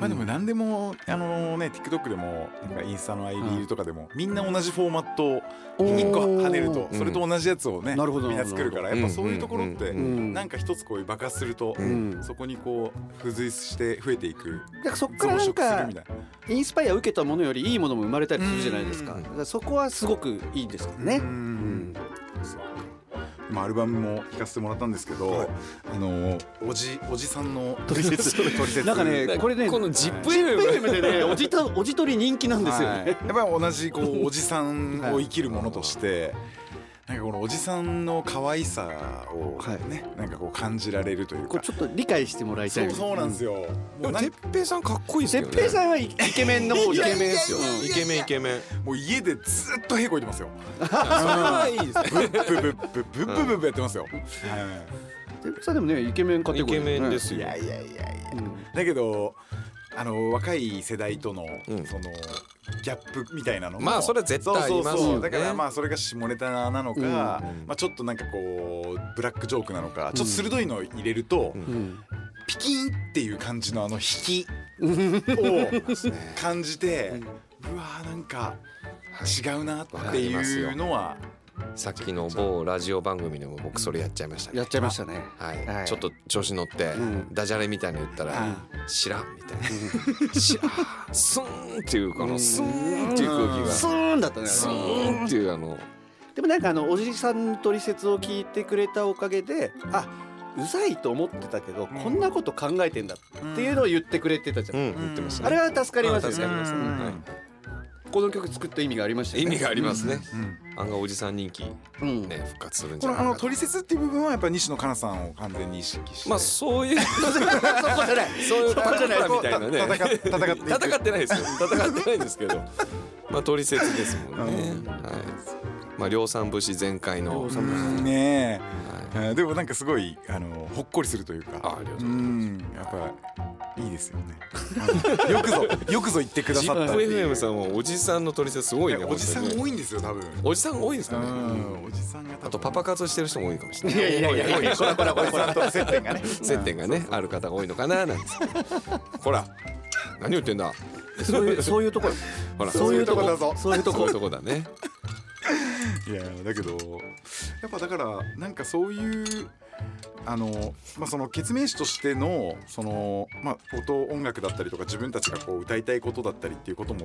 まあでも何でもあのね TikTok でもなんかインスタの ID とかでもみんな同じフォーマットを1個跳ねると
おー
それと同じやつをね
なるほど
みんな作るからやっぱそういうところって
うん
うん
なんか一つこういう爆発すると
うん
そこにこう付随して増えていく
だからそっか
増殖
らな
す
ん
る
か
みたいな。
インスパイア受けたものよりいいものも生まれたりするじゃないですか,、
うん
だからそこはすごくいいですけどね、
うんそうまあ、アルバムも聴かせてもらったんですけど、あのおじおじさんの取説取説
なんかね
だから
これね
このジップ FM
でねおじとおじとり人気なんですよね、
はいやっぱり同じこうおじさんを生きるものとして、なんかこのおじさんの可愛さを
はい
ね、なんかこう感じられるという
こ
か
う。ちょっと理解してもらいた
そ
いう
そうなんです
よ
よ。もうなん
哲平さんかっこいいですよね
哲平さんはイイケメンの方
イ
じ
ケ
ゃ
メン
ん
ですよ
うん
イケメンイケメン
もう家でずっとへこいてますよ。
それはいいですね
ブッブッブッブッブッブッブッやってますよ。は
哲平さんでもねイケメンカテ
イ
ゴリ
ケ
ーだよね、
メンです
いい
よ
やいやいやいや。
うん、
だけどあの若い世代との、
うん
そのギャップみたいなのも
まあそれは絶対ありますよね
そうそうそうだからまあそれが下ネタなのか、
うん
まあ、ちょっとなんかこうブラックジョークなのかちょっと鋭いのを入れると、
うん
うん
ピキンっていう感じのあの引き
[laughs]
を感じて、うわーなんか違うなっていうのは、
さっきの某ラジオ番組でも僕それやっちゃいましたね
やっちゃいましたね
はい、
はい
ちょっと調子乗って、
ん
ダジャレみたいなの言ったら「知らん」みたいな「知らん」スーンっていうこのスーンっていう空気が
ス
ス
ーンだったね
ーンっていうあの
でもなんかあのおじさんの取説を聞いてくれたおかげであうざいと思ってたけど、こんなこと考えてんだっていうのを言ってくれてたじゃん、
うん言ってました
あれ
ね
は助かりますよね
助かりますね
うん
はい
この曲作った意味がありましたよ
意
ね
味がありますね
うん
あんがおじさん人気ね
うん
復活するんじ
こ
ゃない
のあ
かな
の取説っていう部分はやっぱ西野カナさんを完全に意識して、
まあそう
[laughs]
いう
[laughs] そこじゃない
そういう
そこじゃない
みたいなね
戦っ戦っていく
戦ってない
[laughs]
ですよ戦ってないんですけどまあ取説ですもんね
うん
はいまあ量産節全開の
量
は
産
うんね
い
え、えーでもなんかすごいあのほっこりするというか
あありがとうございます
んやっぱいいですよねうんよくぞよくぞ言ってくだ
ジ
さっ
ッ
た
プ FM さんもおじさんの取説すごいね
おじさん
本当にね
多いんですよ多分
おじさん多いんですか
う
ね
んおじさんが多分
あとパパ活してる人も多いかもしれない
いやいやいやいやこらこらこらこら
接点がね
接点がねある方が多いのかな
[laughs]
なんつってほら何言ってんだ
そういうそういうとこ
ほら
そういうとこ
そういうとこだぞ
そういうと
そう
こ
いうとこだね
[laughs] いやだけどやっぱだからなんかそういうあのまあその決命詞としてのそのまあ音音楽だったりとか自分たちがこう歌いたいことだったりっていうことも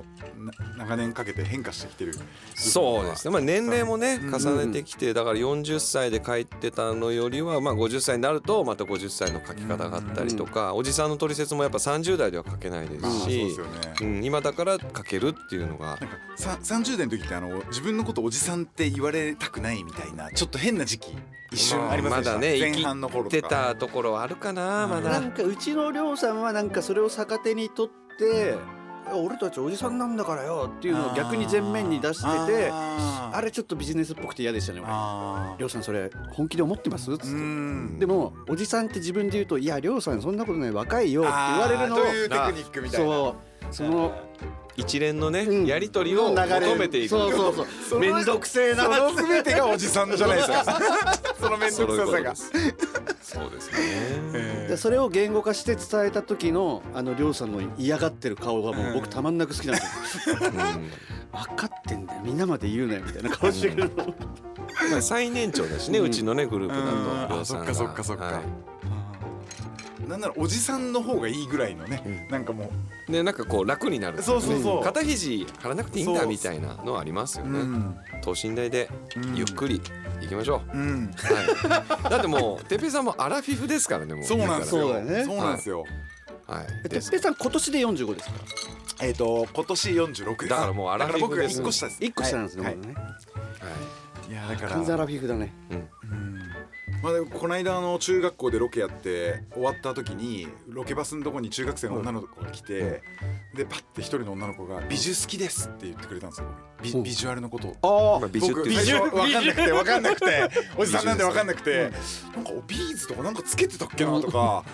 な長年かけて変化してきてる
そうですね、まあ、年齢もね重ねてきてだから40歳で書いてたのよりはまあ50歳になるとまた50歳の書き方があったりとかおじさんの取説もやっぱ30代では書けないで
まあ
す
そうで
し
すよね
うん今だから書けるっていうのが
なんかさ30代の時ってあの自分のことおじさんって言われたくないみたいなちょっと変な時期一瞬ありませんでし
だ
た
ね
前半の頃
生きて
とか
たところはあるかなま
な
だ
んかうちの亮さんはなんかそれを逆手に取って「俺たちおじさんなんだからよ」っていうのを逆に前面に出してて
あー
あれちょっとビジネスっぽくて嫌でしたね俺
あー
亮さんそれ本気で思ってます?」っつっ
う
て。
ん
でもおじさんって自分で言うと「いや亮さんそんなことない若いよ」って言われるの
あー
を
というテクニックみたいな
そうその
一連の
う
ね
ん
やり取りを
の流れ
求めていく
そうそう [laughs] そう面倒くせえな
その全てがおじさんじゃないですかその面
そ
倒
う
く
いうこ
ささ
と
が
ですそうですね
え
[laughs] でそれを言語化して伝えた時のあの亮さんの嫌がってる顔がもう僕たまんなく好きなんですよ [laughs]
うん
分かってんだよみんなまで言うなよみたい [laughs] な顔してくるの
まあ最年長だしねうちのねグループだと
うん
亮さんが
そっかそっかそっか
はい
ーなんならおじさんの方がいいぐらいのね、なんかも
でなんかこう楽になる
そうそうそう
肩肘張らなくていいん
そ
だ
う
みたいなのはありますよ
う、
ね、
うん
等身大で
うん
ゆっくり行きましょう、
うん、
はい、だってもうてっぺいさんもアラフィフですからねもう
そうなんですよ
そうだよね
そうなんですよ、
はい
哲
で
平さん今年で45ですか
えっ、と今年46です
だからもうアラフィフ
だから僕が
です
一個下です
1個下なんですね、
はい
まだね
はい
やだから
完全アラフィフだね
まあ、でもこの間あの中学校でロケやって終わった時にロケバスのとこに中学生の女の子が来て、でパッて一人の女の子が「美術好きです」って言ってくれたんですよビビジュアルのことを。
あ
まあ美術っ
僕
て
最
いう
初分かんなくて分かんな
[laughs]
くておじさんなんで
美術
分かんなくてなんかビーズとかなんかつけてたっけなとか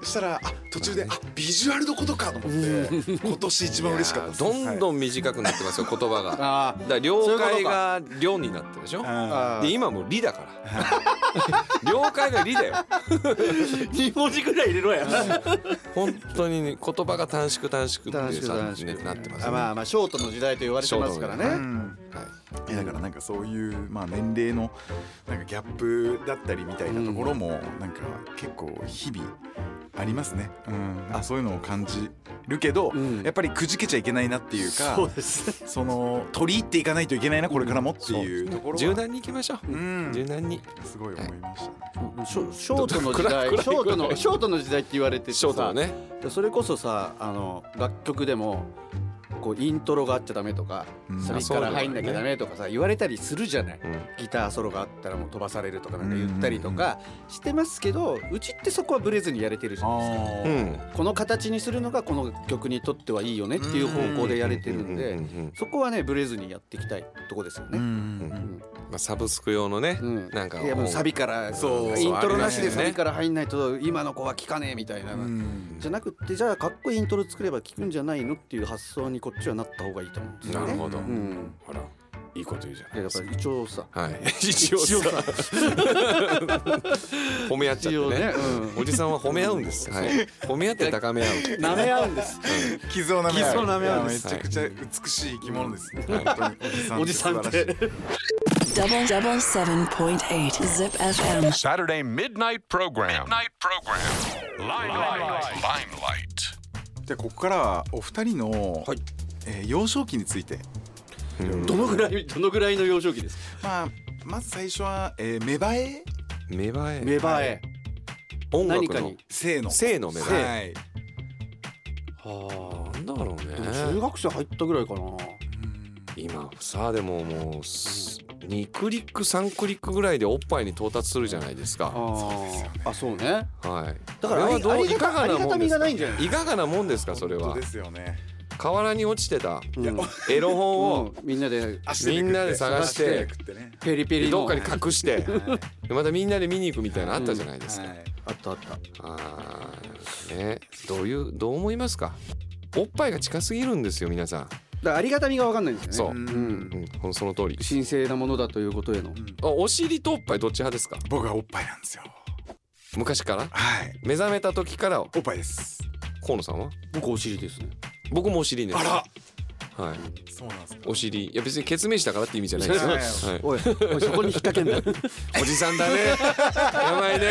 そしたらあ途中であビジュアルのことかと思って今年一番嬉しかったです
どん
はい
どん短くなってますよ言葉がだか
あー
ら了解が「了」になってるでしょ
あ
で今もう「理」だから [laughs] 了解が「理」だよ
2文字ぐらい入れろ [laughs] や
本当にね言葉が短縮短縮ってさ
短縮
ね
短縮
なってます
あ
ね
まあまあショートの時代と言われてますからね、
ショート
う
うん
ん
はい
いやだからなんかそういう、まあ、年齢のなんかギャップだったりみたいなところもなんか結構日々ありますね、うん、あそういうのを感じるけど、
うん
やっぱりくじけちゃいけないなっていうか
そうです
その取り入っていかないといけないなこれからもっていうところは、
柔軟にいきましょう、
うん
柔軟に
すごい思いましたね。
ショショートの時
暗い
代ショートのショートの時代って言われてて
ショートはね
それこそさあの楽曲でもこうイントロがあっちゃダメとか
うん
サビから入んなきゃダメとかさ言われたりするじゃない、
うん
ギターソロがあったらもう飛ばされるとかなんか言ったりとかしてますけどうちってそこはブレずにやれてるじゃないですか
う
ー
ん
この形にするのがこの曲にとってはいいよねっていう方向でやれてるん
う
で
んうんうんうん
そこはねブレずにやっていきたいとこですよ
う
ね。
ん
まあ、サブスク用のね、
うん、
なんか
いやもうサビから
そう
イントロな
ありま
し
すよね
でサビから入んないと今の子は聴かねえみたいな、
うん
じゃなくってじゃあかっこいいイントロ作れば聴くんじゃないのっていう発想にこっちはなった方がいいと思うんですよ
な
ね。
るほど、
うん、
ほらいいこと言うじゃない
いやだから一応さ
はい [laughs] 一応さ褒め合っちゃってね
う
おじさんは褒め合うんです、 [laughs] はい、褒め合って高め合
ん、舐め合うんです。 [laughs]
傷を舐め合う
傷を舐め合うん
いや
で
め
す
ちゃくちゃ美しい生き物ですね、
はい
本当におじさんって素晴らしい
Double double seven point eight Zip FM.
Saturday midnight program. Midnight program. Limelight. Limelight.
じゃあここからはお二人の、
はい
えー幼少期について、
どのぐらいどのぐらいの幼少期ですか。
まあ、まず最初は、えー、芽生え
う芽生え
芽生え。
音楽
何か
の
に
性の
性の芽生え
はい
はあなんだろう
でも中
ね
学生入ったぐらいかな。
今さあでももうす2クリック3クリックぐらいでおっぱいに到達するじゃないですか
ああ、あそうね。
はい
だから
これはどう
ありあり
い
がた
かがなもん
ありがた
で
み
す
が
か
ないんじゃない
いかがなもんですかそれ
本
は
当ですよね
河原に落ちてた
うん、
エロ本
う
を
んみんなで
みんなで探し
手
て
食ってね
ペリペリ
で
の
どっかに隠してでまたみんなで見に行くみたいなのあったじゃないですか、
はい
あったあった。
あーねどういうどう思いますかおっぱいが近すぎるんですよ皆さん
だからありがたみがわかんないんですよね。
そうう
う。ん。
んほんその通り
神聖なものだということへの。
あお尻とおっぱいどっち派ですか
僕はおっぱいなんですよ
昔から
はい
目覚めた時から
おっぱいです
河野さんは
僕お尻ですね。
僕もお尻です
あ
はい
そうなんですか
お尻いや別にケツメイシだからって意味じゃないですよ、
い
は
やいや
い、
おい、おいそこに引っ掛け
[laughs]
んな。
おじさんだねやばいね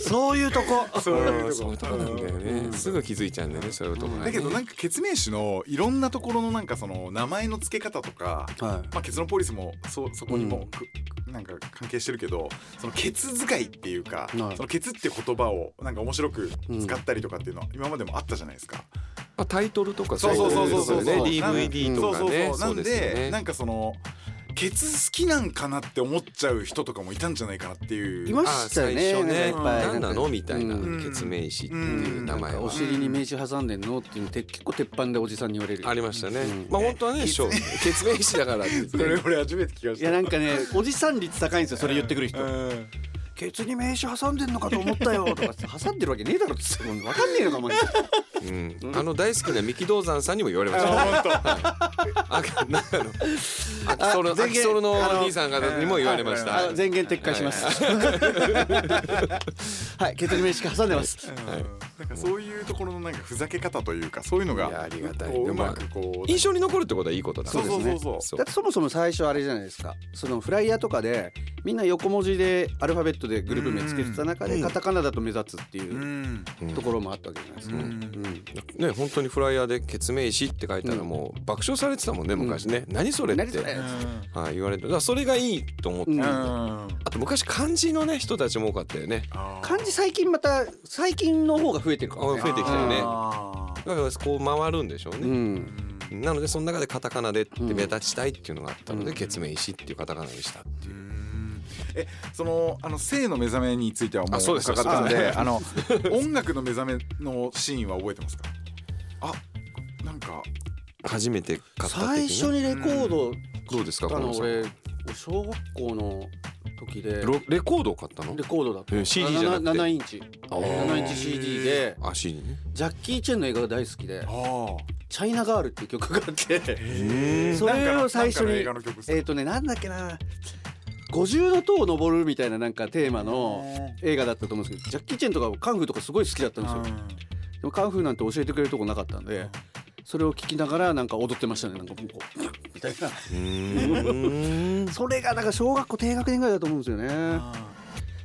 そういうとこ。
そういうと
そうい
こ
うとこなんだよねすぐ気づいちゃうんだよねそういうとこね
だけどなんか血名詞のいろんなところのなんかその名前の付け方とか、
は
まあ、ケツのポリスもそそこにもく、なんか関係してるけどそのケツ使いっていうか、
はい
そのケツって言葉をなんか面白く使ったりとかっていうのは今までもあったじゃないですか。
まあ、タイトルとか
そうそうそうそうそう
いことでね
なん
DVD とか
そう
ね
そうそうな
そ
ん
う
で
ですよね
なんかそのケツ好きなんかなって思っちゃう人とかもいたんじゃないかなっていう。
いま
あ
したよ
最
ね。
初ね
なんかいっぱい
何なのみたいな
うん
ケツメイシっていう名前
お
は
尻に名刺挟んでんのっていうのって結構鉄板でおじさんに言われる。
ありましたね
うん
まあ本当はねショーケツメイシだからって言っ
[laughs] それ
て
俺初めて聞きまし
い
た。
やなんかねおじさん率高いんですよそれ言ってくる人
うん
「ケツに名刺挟んでんのかと思ったよ」とかって挟んでるわけねえだろっつってもう分かんねえの
[laughs]
かお前
うんあの大好きな三木道山さんにも言われました
あ本
あなんかあのアキソル
あ前
ア
言
キソルのお兄さん方にも言われまし
あ
た
全言撤回しますはいケツに名刺挟んでます
当。うんなんかそういうところのなんかふざけ方というかそういうのが
いやありがたい
こう
で
う
も
まくこう。
印象に残るってことはいいことだ
そうそうそうそう
そ
だってそもそも最初あれじゃないですかそのフライヤーとかでみんな横文字でアルファベットでグループ名つけてた中でカタカナだと目立つっていううんところもあったわけじゃないですか、うん
ね本当にフライヤーで「ケツメイシ」って書いたらもう爆笑されてたもんね昔ね何それっ
何
て
それ
はい言われてだからそれがいいと思って
うん
うん
あと昔漢字のね人たちも多かったよね
あー
漢字最近また最近の方が増えてる
あ
から
増
ね
えてきたよね
あ
だからこう回るんでしょう
う
ね、
ん
なのでその中でカタカナでって目立ちたいっていうのがあったので「ケツメイシ」っていうカタカナにした
ーうんえそのあの性の目覚めについてはもう
あそうです
伺った
そう
んで
で
あの音楽の目覚めのシーンは覚えてますかあなんか
初めて買った
最
時
初
に
にレコード
どうですか
あ
こ
の
の
俺小学校の時で
ロレコードを買ったの
レコードだと
え CD じゃなくて
7インチ
あー
7インチ CD で
あ CD ね
ジャッキー・チェンの映画が大好きで
あ
「チャイナガール」っていう曲があって
え
それを最初に
映
え
画の
[laughs]
曲さ
っとねなんだっけな50の塔を登るみたいななんかテーマの映画だったと思うんですけどジャッキー・チェンとかカンフーとかすごい好きだったんですよでもカンフーなんて教えてくれるとこなかったんでそれを聞きながらなんか踊ってましたねなんかもうこうみたいな
うーん
[laughs] それがだから小学校低学年ぐらいだと思うんですよね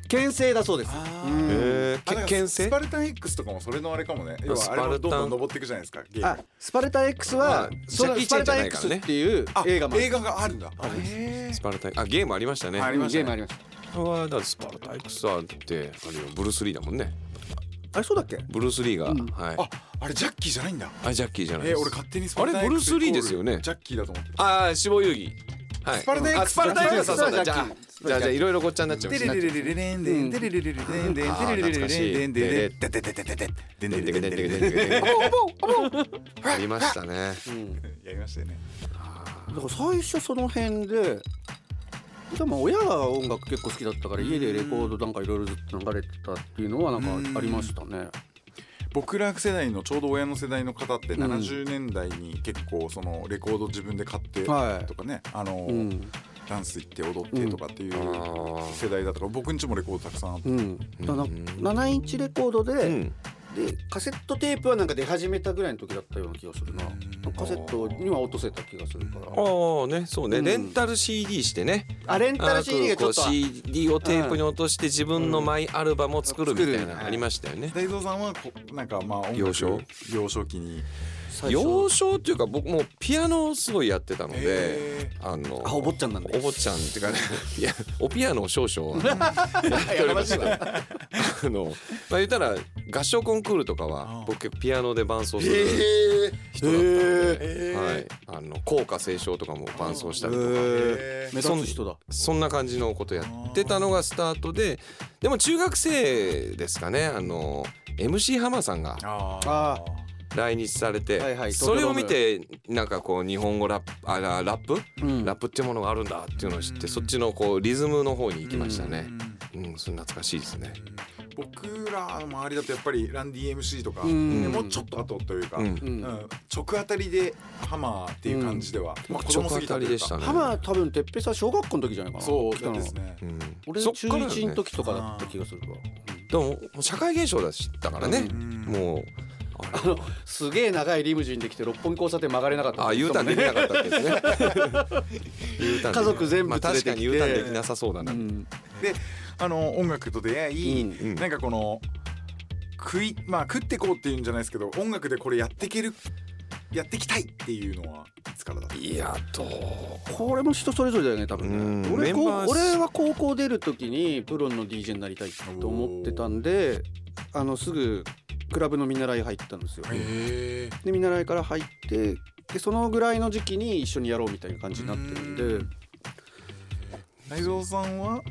牽制だそうですうん
えー、け牽制
スパルタン X とかもそれのあれかもね要はあれもどんどん登っていくじゃないですかゲー
あ
ム
スパルタ X は、
まあ
そ
ジャッ
の
キー
ス
チ
パル
ェンじゃ
タ
ないから
X
ね
っていう映画もある
映画があるんだへ
スパルタあゲームありましたね、
ーありまし
ゲ
た
ームあ
ね
りました
これはだからスパルタ X はってあれよブルース・リーだもんね
あれそうだっけ
ブルース・リーが、はい
ああれジャッキーじゃないんだ
あジャッキーじゃない
え
です
俺勝手にスパルタン
あれブルースリーですよね
ジャッキーだと思ってた
ああ死亡遊戯はい
スパルタ X
あスパルタ X だ
スパ
そう
ルタ
だ
X
じゃあじゃあじゃあいろいろごっちゃになっちゃいました
レレレレレンデンデレレレレレンデンデレレレレレンデンデンデデデデデデデデデデデデデ
ありましたね
やりましたよね
だから最初その辺ででも親が音楽結構好きだったから家でレコードなんかいろいろずっと流れてたっていうのはなんかありましたね
僕ら世代のちょうど親の世代の方って70年代に結構そのレコード自分で買ってと
はい
かねあの
うん
ダンス行って踊ってとかっていう世代だったから僕んちもレコードたくさんあって
うん、だから7インチレコードで、
うん
でカセットテープはなんか出始めたぐらいの時だったような気がするなカセットには落とせた気がするか
あ
ら
あねそうね、
うん
レンタル CD してね
あレンタル CD がちょっと
あのこう CD をテープに落として自分のマイアルバムを作るみたいなのありましたよね
大蔵さんはこなんかまあ音楽
幼少
幼少期に
最初
幼少っていうか僕もうピアノをすごいやってたので
へ
あの
あお坊ちゃんなんだ
お坊ちゃんっていう
[laughs]
かねいやおピアノを少々あ [laughs] のやっておりましたあのまあ言ったら合唱コンクールとかは僕結構ピアノで伴奏する人だったので、はい、あの校歌斉唱とかも伴奏したりとか。
え
目立つ人だ
そんな感じのことやってたのがスタートででも中学生ですかねあの MC ハマさんが
あー
あ
来日されて、
はいはい
それを見てなんかこう日本語ラップあララップ、ラップっていうものがあるんだっていうのを知ってそっちのこうリズムの方に行きましたね。うん、それ懐かしいですね。
僕らの周りだとやっぱりランディ MC とかで
ん
もうちょっと後というか、
うん
うん直当たりでハマーっていう感じでは、まあ子
直
供す
当
ぎ
た
たと
り
いう
でし
か
たね。
ハマー多分てっぺいさん小学校の時じゃないかな
そう
来た
なん
の
ですね
うん、
俺
そ
中
っからよね
1の時とかだった気がするわ
でももう社会現象だったからね、もうあ
あのすげえ長いリムジンで来て六本木交差点曲がれなかった
あ U ターンできなかったってですね U ターンできなかった
家族全部
まあ、確かに
連
U
れ
タ
てきて
ーンできなさそうだな、
うん
であの音楽と出会い、
うん
うん
なんかこの食いまあ食ってこうっていうんじゃないですけど音楽でこれやっていけるやっていきたいっていうのはいつからだった
いやと
これも人それぞれだよね多分ね
うん
俺こう
メンバー
俺は高校出る時にプロの DJ になりたいと思ってたんであのすぐクラブの見習い入ったんですよ
へえ
で見習いから入ってでそのぐらいの時期に一緒にやろうみたいな感じになってるんで
内蔵さんは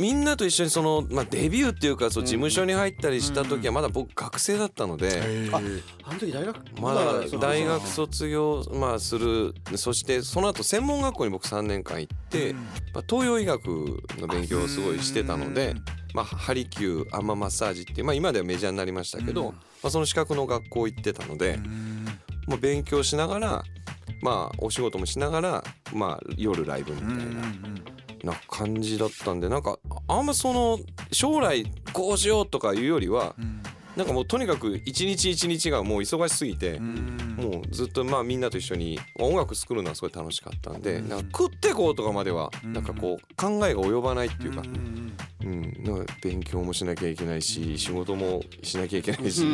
みんなと一緒にその、まあ、デビューっていうかそう事務所に入ったりした時はまだ僕学生だったので、
あ
あの時大学
まだ大学卒業、まあ、するそしてその後専門学校に僕3年間行って、まあ、東洋医学の勉強をすごいしてたので。まあ、ハリキューアンママッサージっていう、まあ、今ではメジャーになりましたけど、まあ、その資格の学校行ってたので、まあ、勉強しながら、まあ、お仕事もしながら、まあ、夜ライブみたいな、な感じだったんでなんかあんまその将来こうしようとかいうよりは、なんかもうとにかく一日一日がもう忙しすぎて、もうずっとまあみんなと一緒にまあ音楽作るのはすごい楽しかったんで、なんか食ってこうとかまではなんかこう考えが及ばないっていうか、うんなんか勉強もしなきゃいけないし仕事もしなきゃいけないし、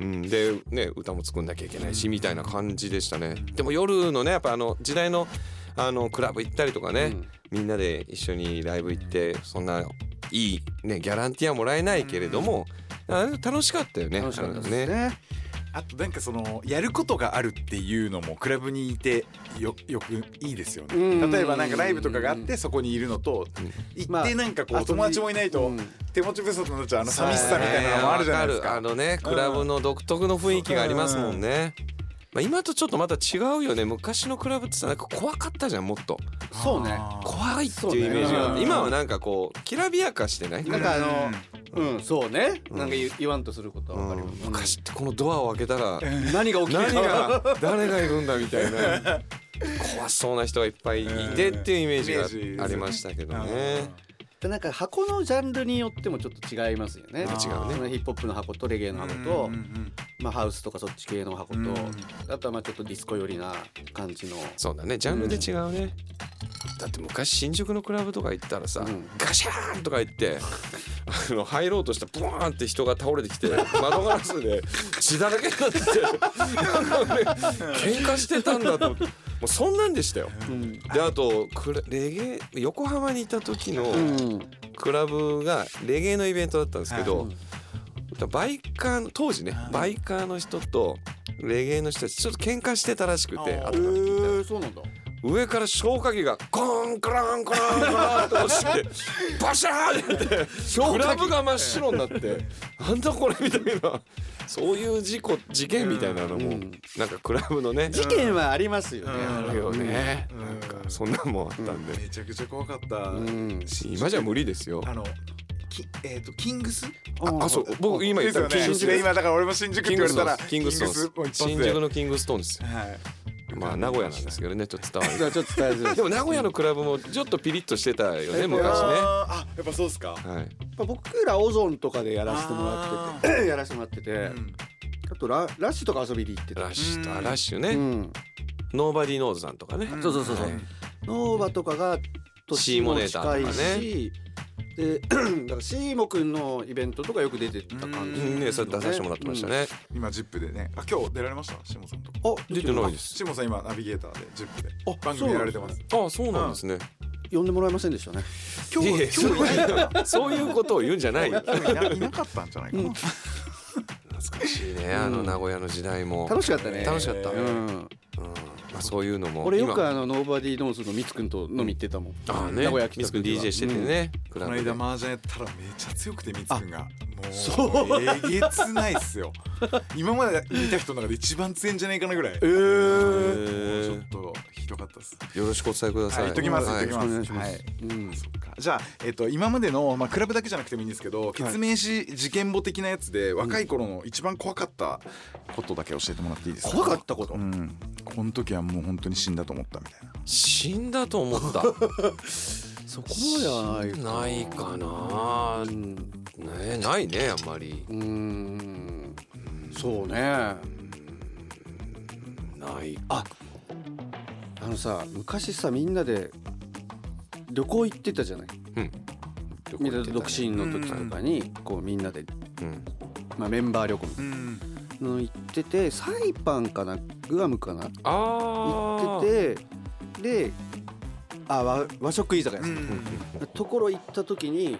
うん、で、ね、歌も作んなきゃいけないしみたいな感じでしたね。でも夜のねやっぱあの時代のあのクラブ行ったりとかね、みんなで一緒にライブ行ってそんないい、ね、ギャランティアもらえないけれども、あ楽しかったよね。
楽しかったです
あのね
ね
あとなんかそのやることがあるっていうのもクラブにいてよよくいいですよ
う
ね
ん
例えばなんかライブとかがあってそこにいるのと行
ま
っ
あ
てなんかこ
遊
う
び
友達もいないと
うん
手持ち不足になっちゃうあの寂しさみたいなのもあるじゃないです
わ
か
るあのねクラブの独特の雰囲気がありますもんね。まあ、今とちょっとまた違うよね昔のクラブってさなんか怖かったじゃんもっと
そうね
怖いっていうイメージがあって今はなんかこうきらびやかしてない
なんかあのうんそうねなんか言言わんとすることはわかるよ
昔ってこのドアを開けたら
[laughs] 何が起きてる
何
か
が
[laughs]
誰がいるんだみたいな怖そうな人がいっぱいいてっていうイメージがありましたけどね。
なんか箱のジャンルによってもちょっと違いますよね。違う
ね
ヒップホップの箱とレゲエの箱と、まあハウスとかそっち系の箱と、あとはまあちょっとディスコ寄りな感じの。
そうだねジャンルで違うね、だって昔新宿のクラブとか行ったらさ、
ん
ガシャーンとか言ってあの入ろうとしたらブワーンって人が倒れてきて窓ガラスで血だらけになってて俺喧嘩してたんだと思ってもうそんなんでしたよ。であとクラレゲエ横浜にいた時の
うん。
クラブがレゲエのイベントだったんですけど、バイカーの当時ねバイカーの人とレゲエの人たちちょっと喧嘩してたらしくて後から聞いたら
ええそうなんだ。
上から消火器がコーンコランコランコランと落ち [laughs] てバシャーって出てグラブが真っ白になってなんだこれみたいなそういう事故事件みたいなのもなんかクラブのね
事件はありますよね。
あるよねなんかそんなのもあったんで
めちゃくちゃ怖かった、
うん。
今じゃ無理ですよ
あのきえっ、とキングス
ああそう僕今言
で
っ
す
た
よね
キングス
今だから俺も新宿って
キン
言
グ
われ
ス
たら
キングストーン
キング
で
ス
す
もう
新
一発で
宿のキングストーンですよ
はい
まあ名古屋なんですけどねちょっと伝わ
じ
る
ゃあちょっと伝えづらい
でも名古屋のクラブもちょっとピリッとしてたよね昔ね
あーあやっぱそうっすか
はい
まあ僕らオゾンとかでやらせてもらってて [laughs] やらせてもらってて、あとララッシュとか遊びに行ってた
ラッシュと
うん
ラッシュ
う
ね
ん
ノーバディーノーズさんとかね
そうそうそうそう、ノーバとかが年も近いしで [clears throat] だからシーモくんのイベントとかよく出てた感じ、
ね、それ出させてもらってましたね。
今ジップでねあ今日出られました下さんとか
あ
出てないです。
下さん今ナビゲーターでジップで
あ
番組やられてます
あ、そうなんですね。
呼んでもらえませんでしたね
今日
いやい
今日いないか
やそういうことを言うんじゃ
[laughs]
ないよ。
ないないなかったんじゃないかな、
懐かしいね、あの名古屋の時代も。
楽しかったね
楽しかった。
う
うん
ん、
まあ、そういうのも。
俺よく
今
あのノーバディーノーズのミツくんと飲み行ってたもん、
あね、
名古屋
ミ
来た
ス君
時は
DJ しててね。クラ
この
ブで
間麻雀やったらめっちゃ強くてみつくんがもうえげつないっ [laughs] すよ今まで見た人の中で一番強いんじゃないかなぐらいええちょっとひどかったっす
よろしくお伝えください。
はい言っときます言
は
っ
い
ときます,、はい
うん
そっかじゃあ、えっと今までの、まあ、クラブだけじゃなくてもいいんですけど、決名詞事件簿的なやつで若い頃の一番怖かったことだけ教えてもらっていいですか
怖かったこと、
うんこの時はもう本当に死んだと思ったみたいな
死んだと思った。
そこまではないか
ないかな。ね、ないね、あんまり。
うんそうね
ない。
ああのさ昔さみんなで旅行行ってたじゃないみんなで独身の時とかにこうみんなで、
うん
まあ、メンバー旅行みたい
うん
なの行っててサイパンかなグアムかな
ああ。
行っててであ和和食居酒屋さん、ところ行った時に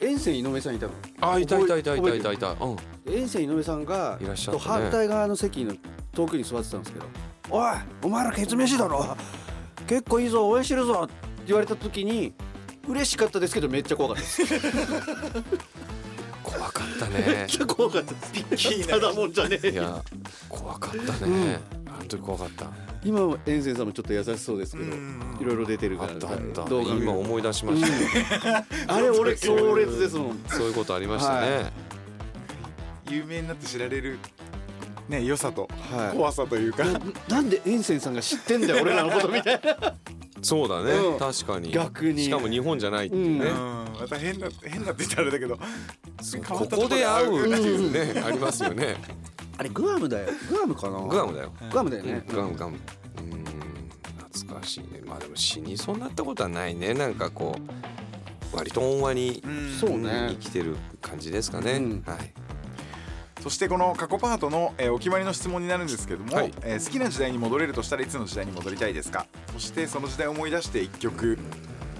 沿線井上さんいたの
あ、いたいたいたいたい
覚
た
え
いた。うん。
てる沿線井上さんが
いらっしゃったね
と反対側の席の遠くに座ってたんですけど「おいお前らケツ飯だろ結構いいぞ応援してるぞ」って言われた時に嬉しかったですけどめっちゃ怖かっ
[laughs]
たです
怖かったね。
ゃ怖かったですただもんじゃねえ
いや怖かったね、本当に怖かった
今も遠征さんもちょっと優しそうですけどいろいろ出てる
あ
か
った
ら
あった
動画見る
今思い出しました、
あれ俺強烈ですもん
そういうことありましたね、
有名になって知られるね良さと
はい
怖さというか、
なんで遠征さんが知ってんだよ俺らのことみたいな
そうだね、
うん
確かに
逆に
しかも日本じゃないっていうね、
うんまた変な変なって言ったらあれだけど
ここで会うっていうね、ありますよね
あれグアムだよグアムかな
グアムだよ、
グアムだよ
うん
ね
グアムグアムうん懐かしいねまあでも死にそうになったことはないねなんかこう割と温和に、
そうね
生きてる感じですかね、
うん
はい
そしてこの過去パートの、えーお決まりの質問になるんですけども、
はい
えー好きな時代に戻れるとしたらいつの時代に戻りたいですかそしてその時代を思い出して1曲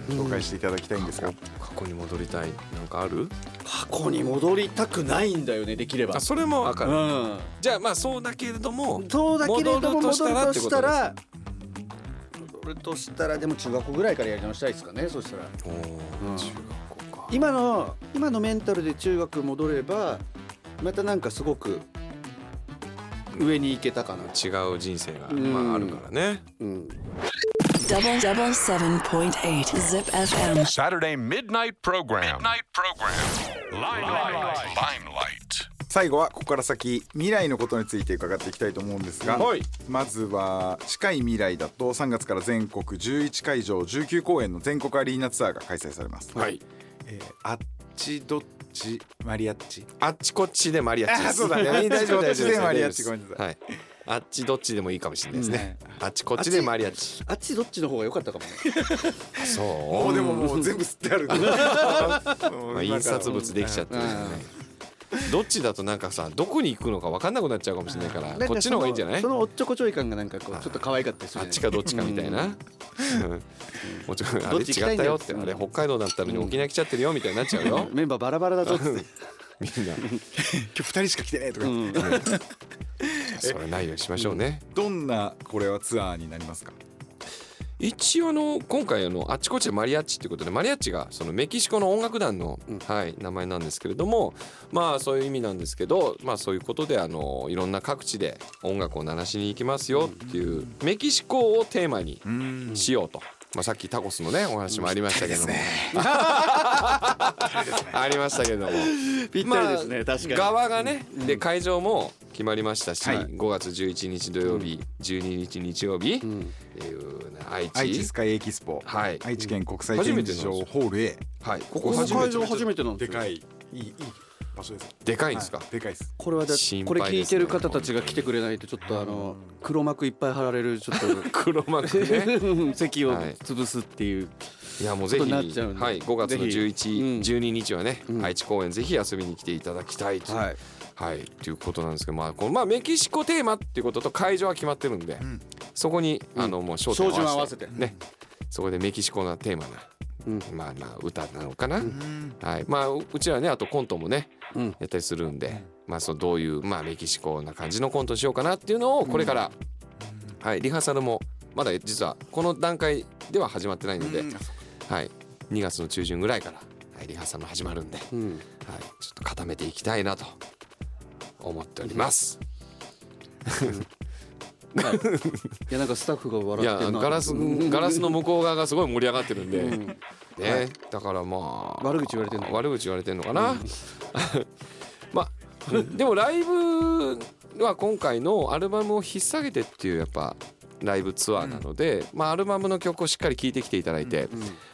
紹介していただきたいんですが、
過去に戻りたいなんかある
過去に戻りたくないんだよねできれば
あそれも分かる
うん
じゃあまあそうだけれども
そうだけれども戻るとした
戻
ら
るとしたらって
戻るとしたらでも中学校ぐらいからやり直したいですかねそしたら
おー中学校か
今の今のメンタルで中学戻ればまたなんかすごく上に行けたかな、
違う人生が、まあ、あるからね。
うん、
Double double seven point eight zip FM.
Saturday midnight program. Midnight program. Limelight. Limelight.
最後はここから先未来のことについて伺っていきたいと思うんですが、
はい
まずは近い未来だと3月から全国11会場19公演の全国アリーナツアーが開催されます、
はい。
えーあっちどっちマリアッチ
あっちこっちでマリアッチで
あ
す。
そうだね
大丈夫
あ
大
っ
丈夫
ちこっちで
大丈夫
マリアッ
で
チ
す
ごめんなさい
はい。あっちどっちでもいいかもしれないですね。あっちこっちでマリアッチ。
あっちどっちの方が良かったかもね
そう。
おでももう全部吸ってある
まあ、印刷物できちゃってるじゃない。どっちだとなんかさどこに行くのか分かんなくなっちゃうかもしれないから
なんか
こっちの方がいいんじゃない
そのそのおっちょこちょい感がなんかこうちょっと可愛かったりす
あ
る
っち
じゃ
か
ない
どっちかみたいな。うんもうちょっとあ
ど
れ
っち行きた
違
い
っ
んだ
たよ
よ
ってあれ北海道だったのに沖縄来ちゃってるよみたいになっちゃうよ
メンバーバラバラだぞっつって
みんな
今日2人しか来てないとか、
[laughs] それないようにしましょうね
どんなこれはツアーになりますか
一応あの今回あのあっちこっちでマリアッチってことでマリアッチがそのメキシコの音楽団の、はい、名前なんですけれどもまあそういう意味なんですけどまあそういうことであのいろんな各地で音楽を鳴らしに行きますよっていうメキシコをテーマにしようと。まあ、さっきタコスのねお話もありましたけども、 [laughs] ありましたけれども
ぴったりですね、確かに
側がね、で会場も決まりましたし、5月11日土曜日、12日日曜日、えーね愛知
愛知スカイエキスポ、
はい
愛知県国際
初め
展
て
示
なんです
場
よ
ホール A
はい、こ
こ
こ
の
初め
会
て
場初めてなんです
で
よ
かいいいいい場所です
でかいんですか、
でかいです
これはだ
心
こ
配で
れ
すね
聞いてる方たちが来てくれないとちょっとあの黒幕いっぱい貼られるちょっと
黒幕
[laughs]
ね
席を潰すっていう、
いやもうぜひ、
ちょ
は
っとなっちゃうんで
い、5月の
ぜひ
11、
うん
12日はね、愛知公演ぜひ遊びに来ていただきたいと、はい
い
ということなんですけど、まあこのまあ、メキシコテーマっていうことと会場は決まってるんで、そこにあのもう焦点
照準
を
を
合
合
わ
わ
せ
せ
て
て
ね、そこでメキシコなテーマな、まあまあ歌なのかな、はいまあ、ううちらねあとコントもね、
うん
やったりするんで、まあ、そうどういう、まあ、メキシコな感じのコントしようかなっていうのをこれから、はい、リハーサルもまだ実はこの段階では始まってないので、はい、2月の中旬ぐらいから、はい、リハーサルも始まるんで、
う
はい、
ん、
ちょっと固めていきたいなと思っております。
いやなんかスタッフが
い
笑
や
ってるな
ガラスガラスの向こう側がすごい盛り上がってるんで、ね、だからまあ
悪口言われてんの
悪口言われてんのかな、 [laughs] まあでもライブは今回のアルバムを引っ提げてっていうやっぱライブツアーなので、まあ、アルバムの曲をしっかり聴いてきていただいて、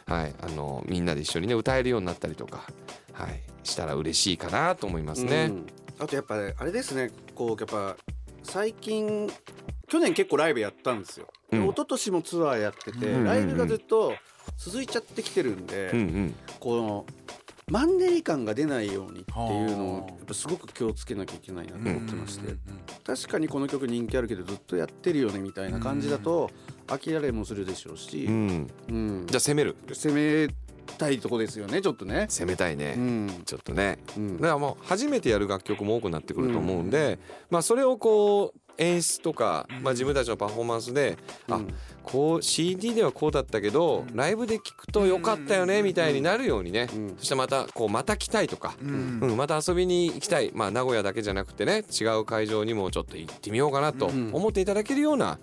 はい、あのみんなで一緒にね歌えるようになったりとか、はい、したら嬉しいかなと思いますね。
うんあとやっぱねあれですねこうやっぱ最近去年結構ライブやったんですよ、で
うん
一昨年もツアーやってて、
うん
ライブがずっと続いちゃってきてるんで、
うんうん
このマンネリ感が出ないようにっていうのを
はあ
やっぱすごく気をつけなきゃいけないなと思ってまして、
うん
確かにこの曲人気あるけどずっとやってるよねみたいな感じだと飽きられもするでしょうし、
う
うん
ん、じゃあ攻める
攻めたいとこですよねちょっとね。
攻めたいね。
うん
ちょっとね、
うん
だからもう初めてやる楽曲も多くなってくると思うんで、まあそれをこう演出とか、まあ、自分たちのパフォーマンスで、あこう CD ではこうだったけどライブで聴くとよかったよねみたいになるようにね、
ん
そしてまたこうまた来たいとか、うんまた遊びに行きたい、まあ、名古屋だけじゃなくてね違う会場にもちょっと行ってみようかなと思っていただけるような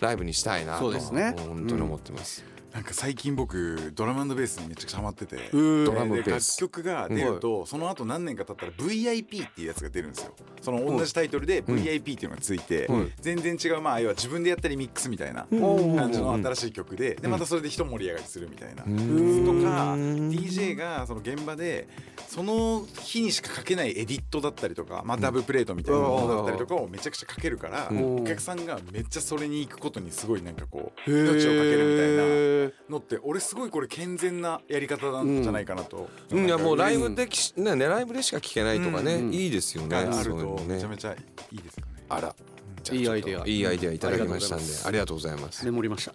ライブにしたいなと
そうですね
本当に思ってます。
なんか最近僕ドラムベースにめちゃくちゃハマってて
ドラムベース
で楽曲が出ると、その後何年か経ったら VIP っていうやつが出るんですよその同じタイトルで VIP っていうのがついて、
うん
全然違うまあ要は自分でやったりミックスみたいな感じの新しい曲ででまたそれで一盛り上がりするみたいな、とか DJ がその現場でその日にしか書けないエディットだったりとか、まあ、ダブプレートみたいなものだったりとかをめちゃくちゃ書けるから、お客さんがめっちゃそれに行くことにすごいなんかこう命をかけるみたいな。のって俺すごいこれ健全なやり方なんじゃないかなと、
うん、いやもうライブ
で
できし、ね、ライブでしか聴けないとかね、いいですよね。
ある
そういうの
と
ね
めちゃめちゃいいですよね
あら、じゃあ
いい
ちょっと
アイデア
いいアイデアいただきましたんで
うんありがとうござい
ありがとうござい
ます、
ます。
メモりました。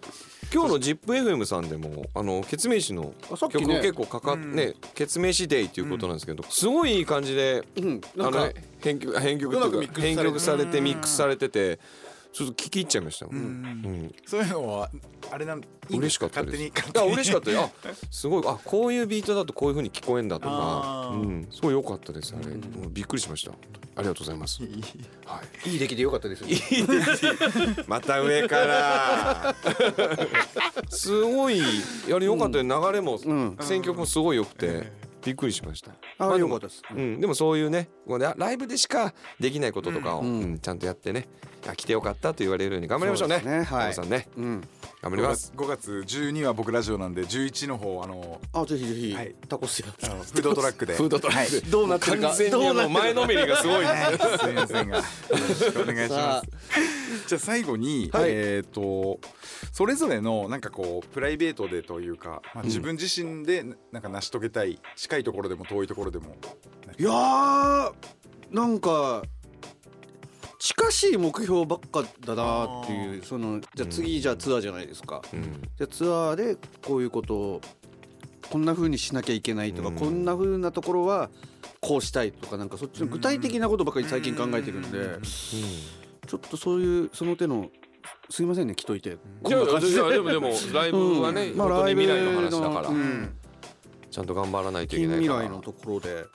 今日の ZIPFM さんでも、あの、ケツメイシの
あさっ
曲
きね
結構かかっ、ね、ケツメイシデイということなんですけど、すごいいい感じで、
うん、
あ
なんか
の、編曲、編曲
うま
っ
く
てい
ミ
う
ッ
か、
クスされ
編曲され
て
てミックスされてて、ちょっと聞き入っちゃいました。うん
そういうのはあれなんいいんで
嬉し
す
かったで
勝
す。
手に勝
い
手
や
に
嬉しかったよ。あすごいあこういうビートだとこういう風に聞こえんだとか、
あー
うんすごい良かったですあれ。もうびっくりしました。ありがとうございます。はい。
いい出来でよかったですよね
また上から。すごいやり良かったよ流れも、選曲もすごい良くてびっくりしました。
あ
まで
よ
も
かったです
うん、でもそういうねこうねライブでしかできないこととかを、うんちゃんとやってねあ来てよかったと言われるように頑張りましょうね
そうですねはい
皆さんね、
うん
頑張り
5
ます
月5月12は僕ラジオなんで11の方あの
あぜひぜひ、
はい
タコスや
あのフードトラックで
フードトラック
どうなってるか
完全に
ど
も
うな
う前のめりがすごいです
はいすいませんがよろしくお願いしま
さ
すじゃあ最後に、
はい
えっ、とそれぞれのなんかこうプライベートでというか、まあ、自分自身でなんか成し遂げたい近いところでも遠いところでも
いやーなんか近しい目標ばっかだなっていうそのじゃあ次じゃあツアーじゃないですか、
うん
じゃあツアーでこういうことをこんな風にしなきゃいけないとか、こんな風なところはこうしたいとかなんかそっちの具体的なことばっかり最近考えてるんで、ちょっとそういうその手のすいませんね来といて、
いやいやいやでもでもライブはね、
うん
本当に未来の話だか
ラ
ら、
イブのうん
ちゃんと頑張らないといけ
近
ない
未
から
来のところで
やっ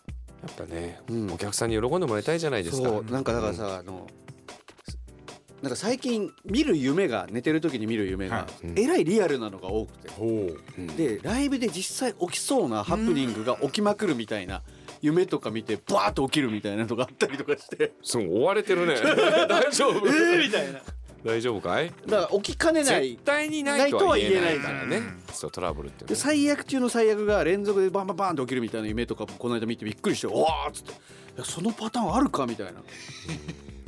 ぱね、
うん
お客さんに喜んでもらいたいじゃないですか
そうなんかだからさ、あのすなんか最近見る夢が寝てる時に見る夢が、
は
えらいリアルなのが多くて、
ほ
でライブで実際起きそうなハプニングが起きまくるみたいな夢とか見てバーッと起きるみたいなのがあったりとかして
そう追われてるね [laughs] 大丈夫、
みたいな
大丈夫かい
[laughs] だから起きかねない
絶対にないとは言えない
ないと
か
は
ら
言
ねそうトラブルっていうの
で
は
最悪中の最悪が連続でバンバンバンって起きるみたいな夢とかもこの間見てびっくりして「おーっつっていやそのパターンあるかみたいな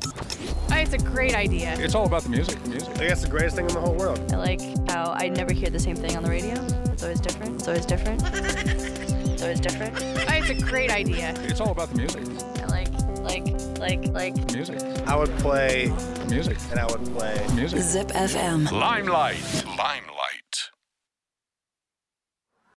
Oh, It's a great idea.
It's all about the music. music.
I think that's the greatest thing in the whole world.
I like how I never hear the same thing on the radio. It's always different. It's always different. It's always different. Oh, It's a great idea.
It's all about the music.
I like, like, like, like.
Music.
I would play
Music.
and I would play.
Music.
Zip FM.
Limelight. Limelight.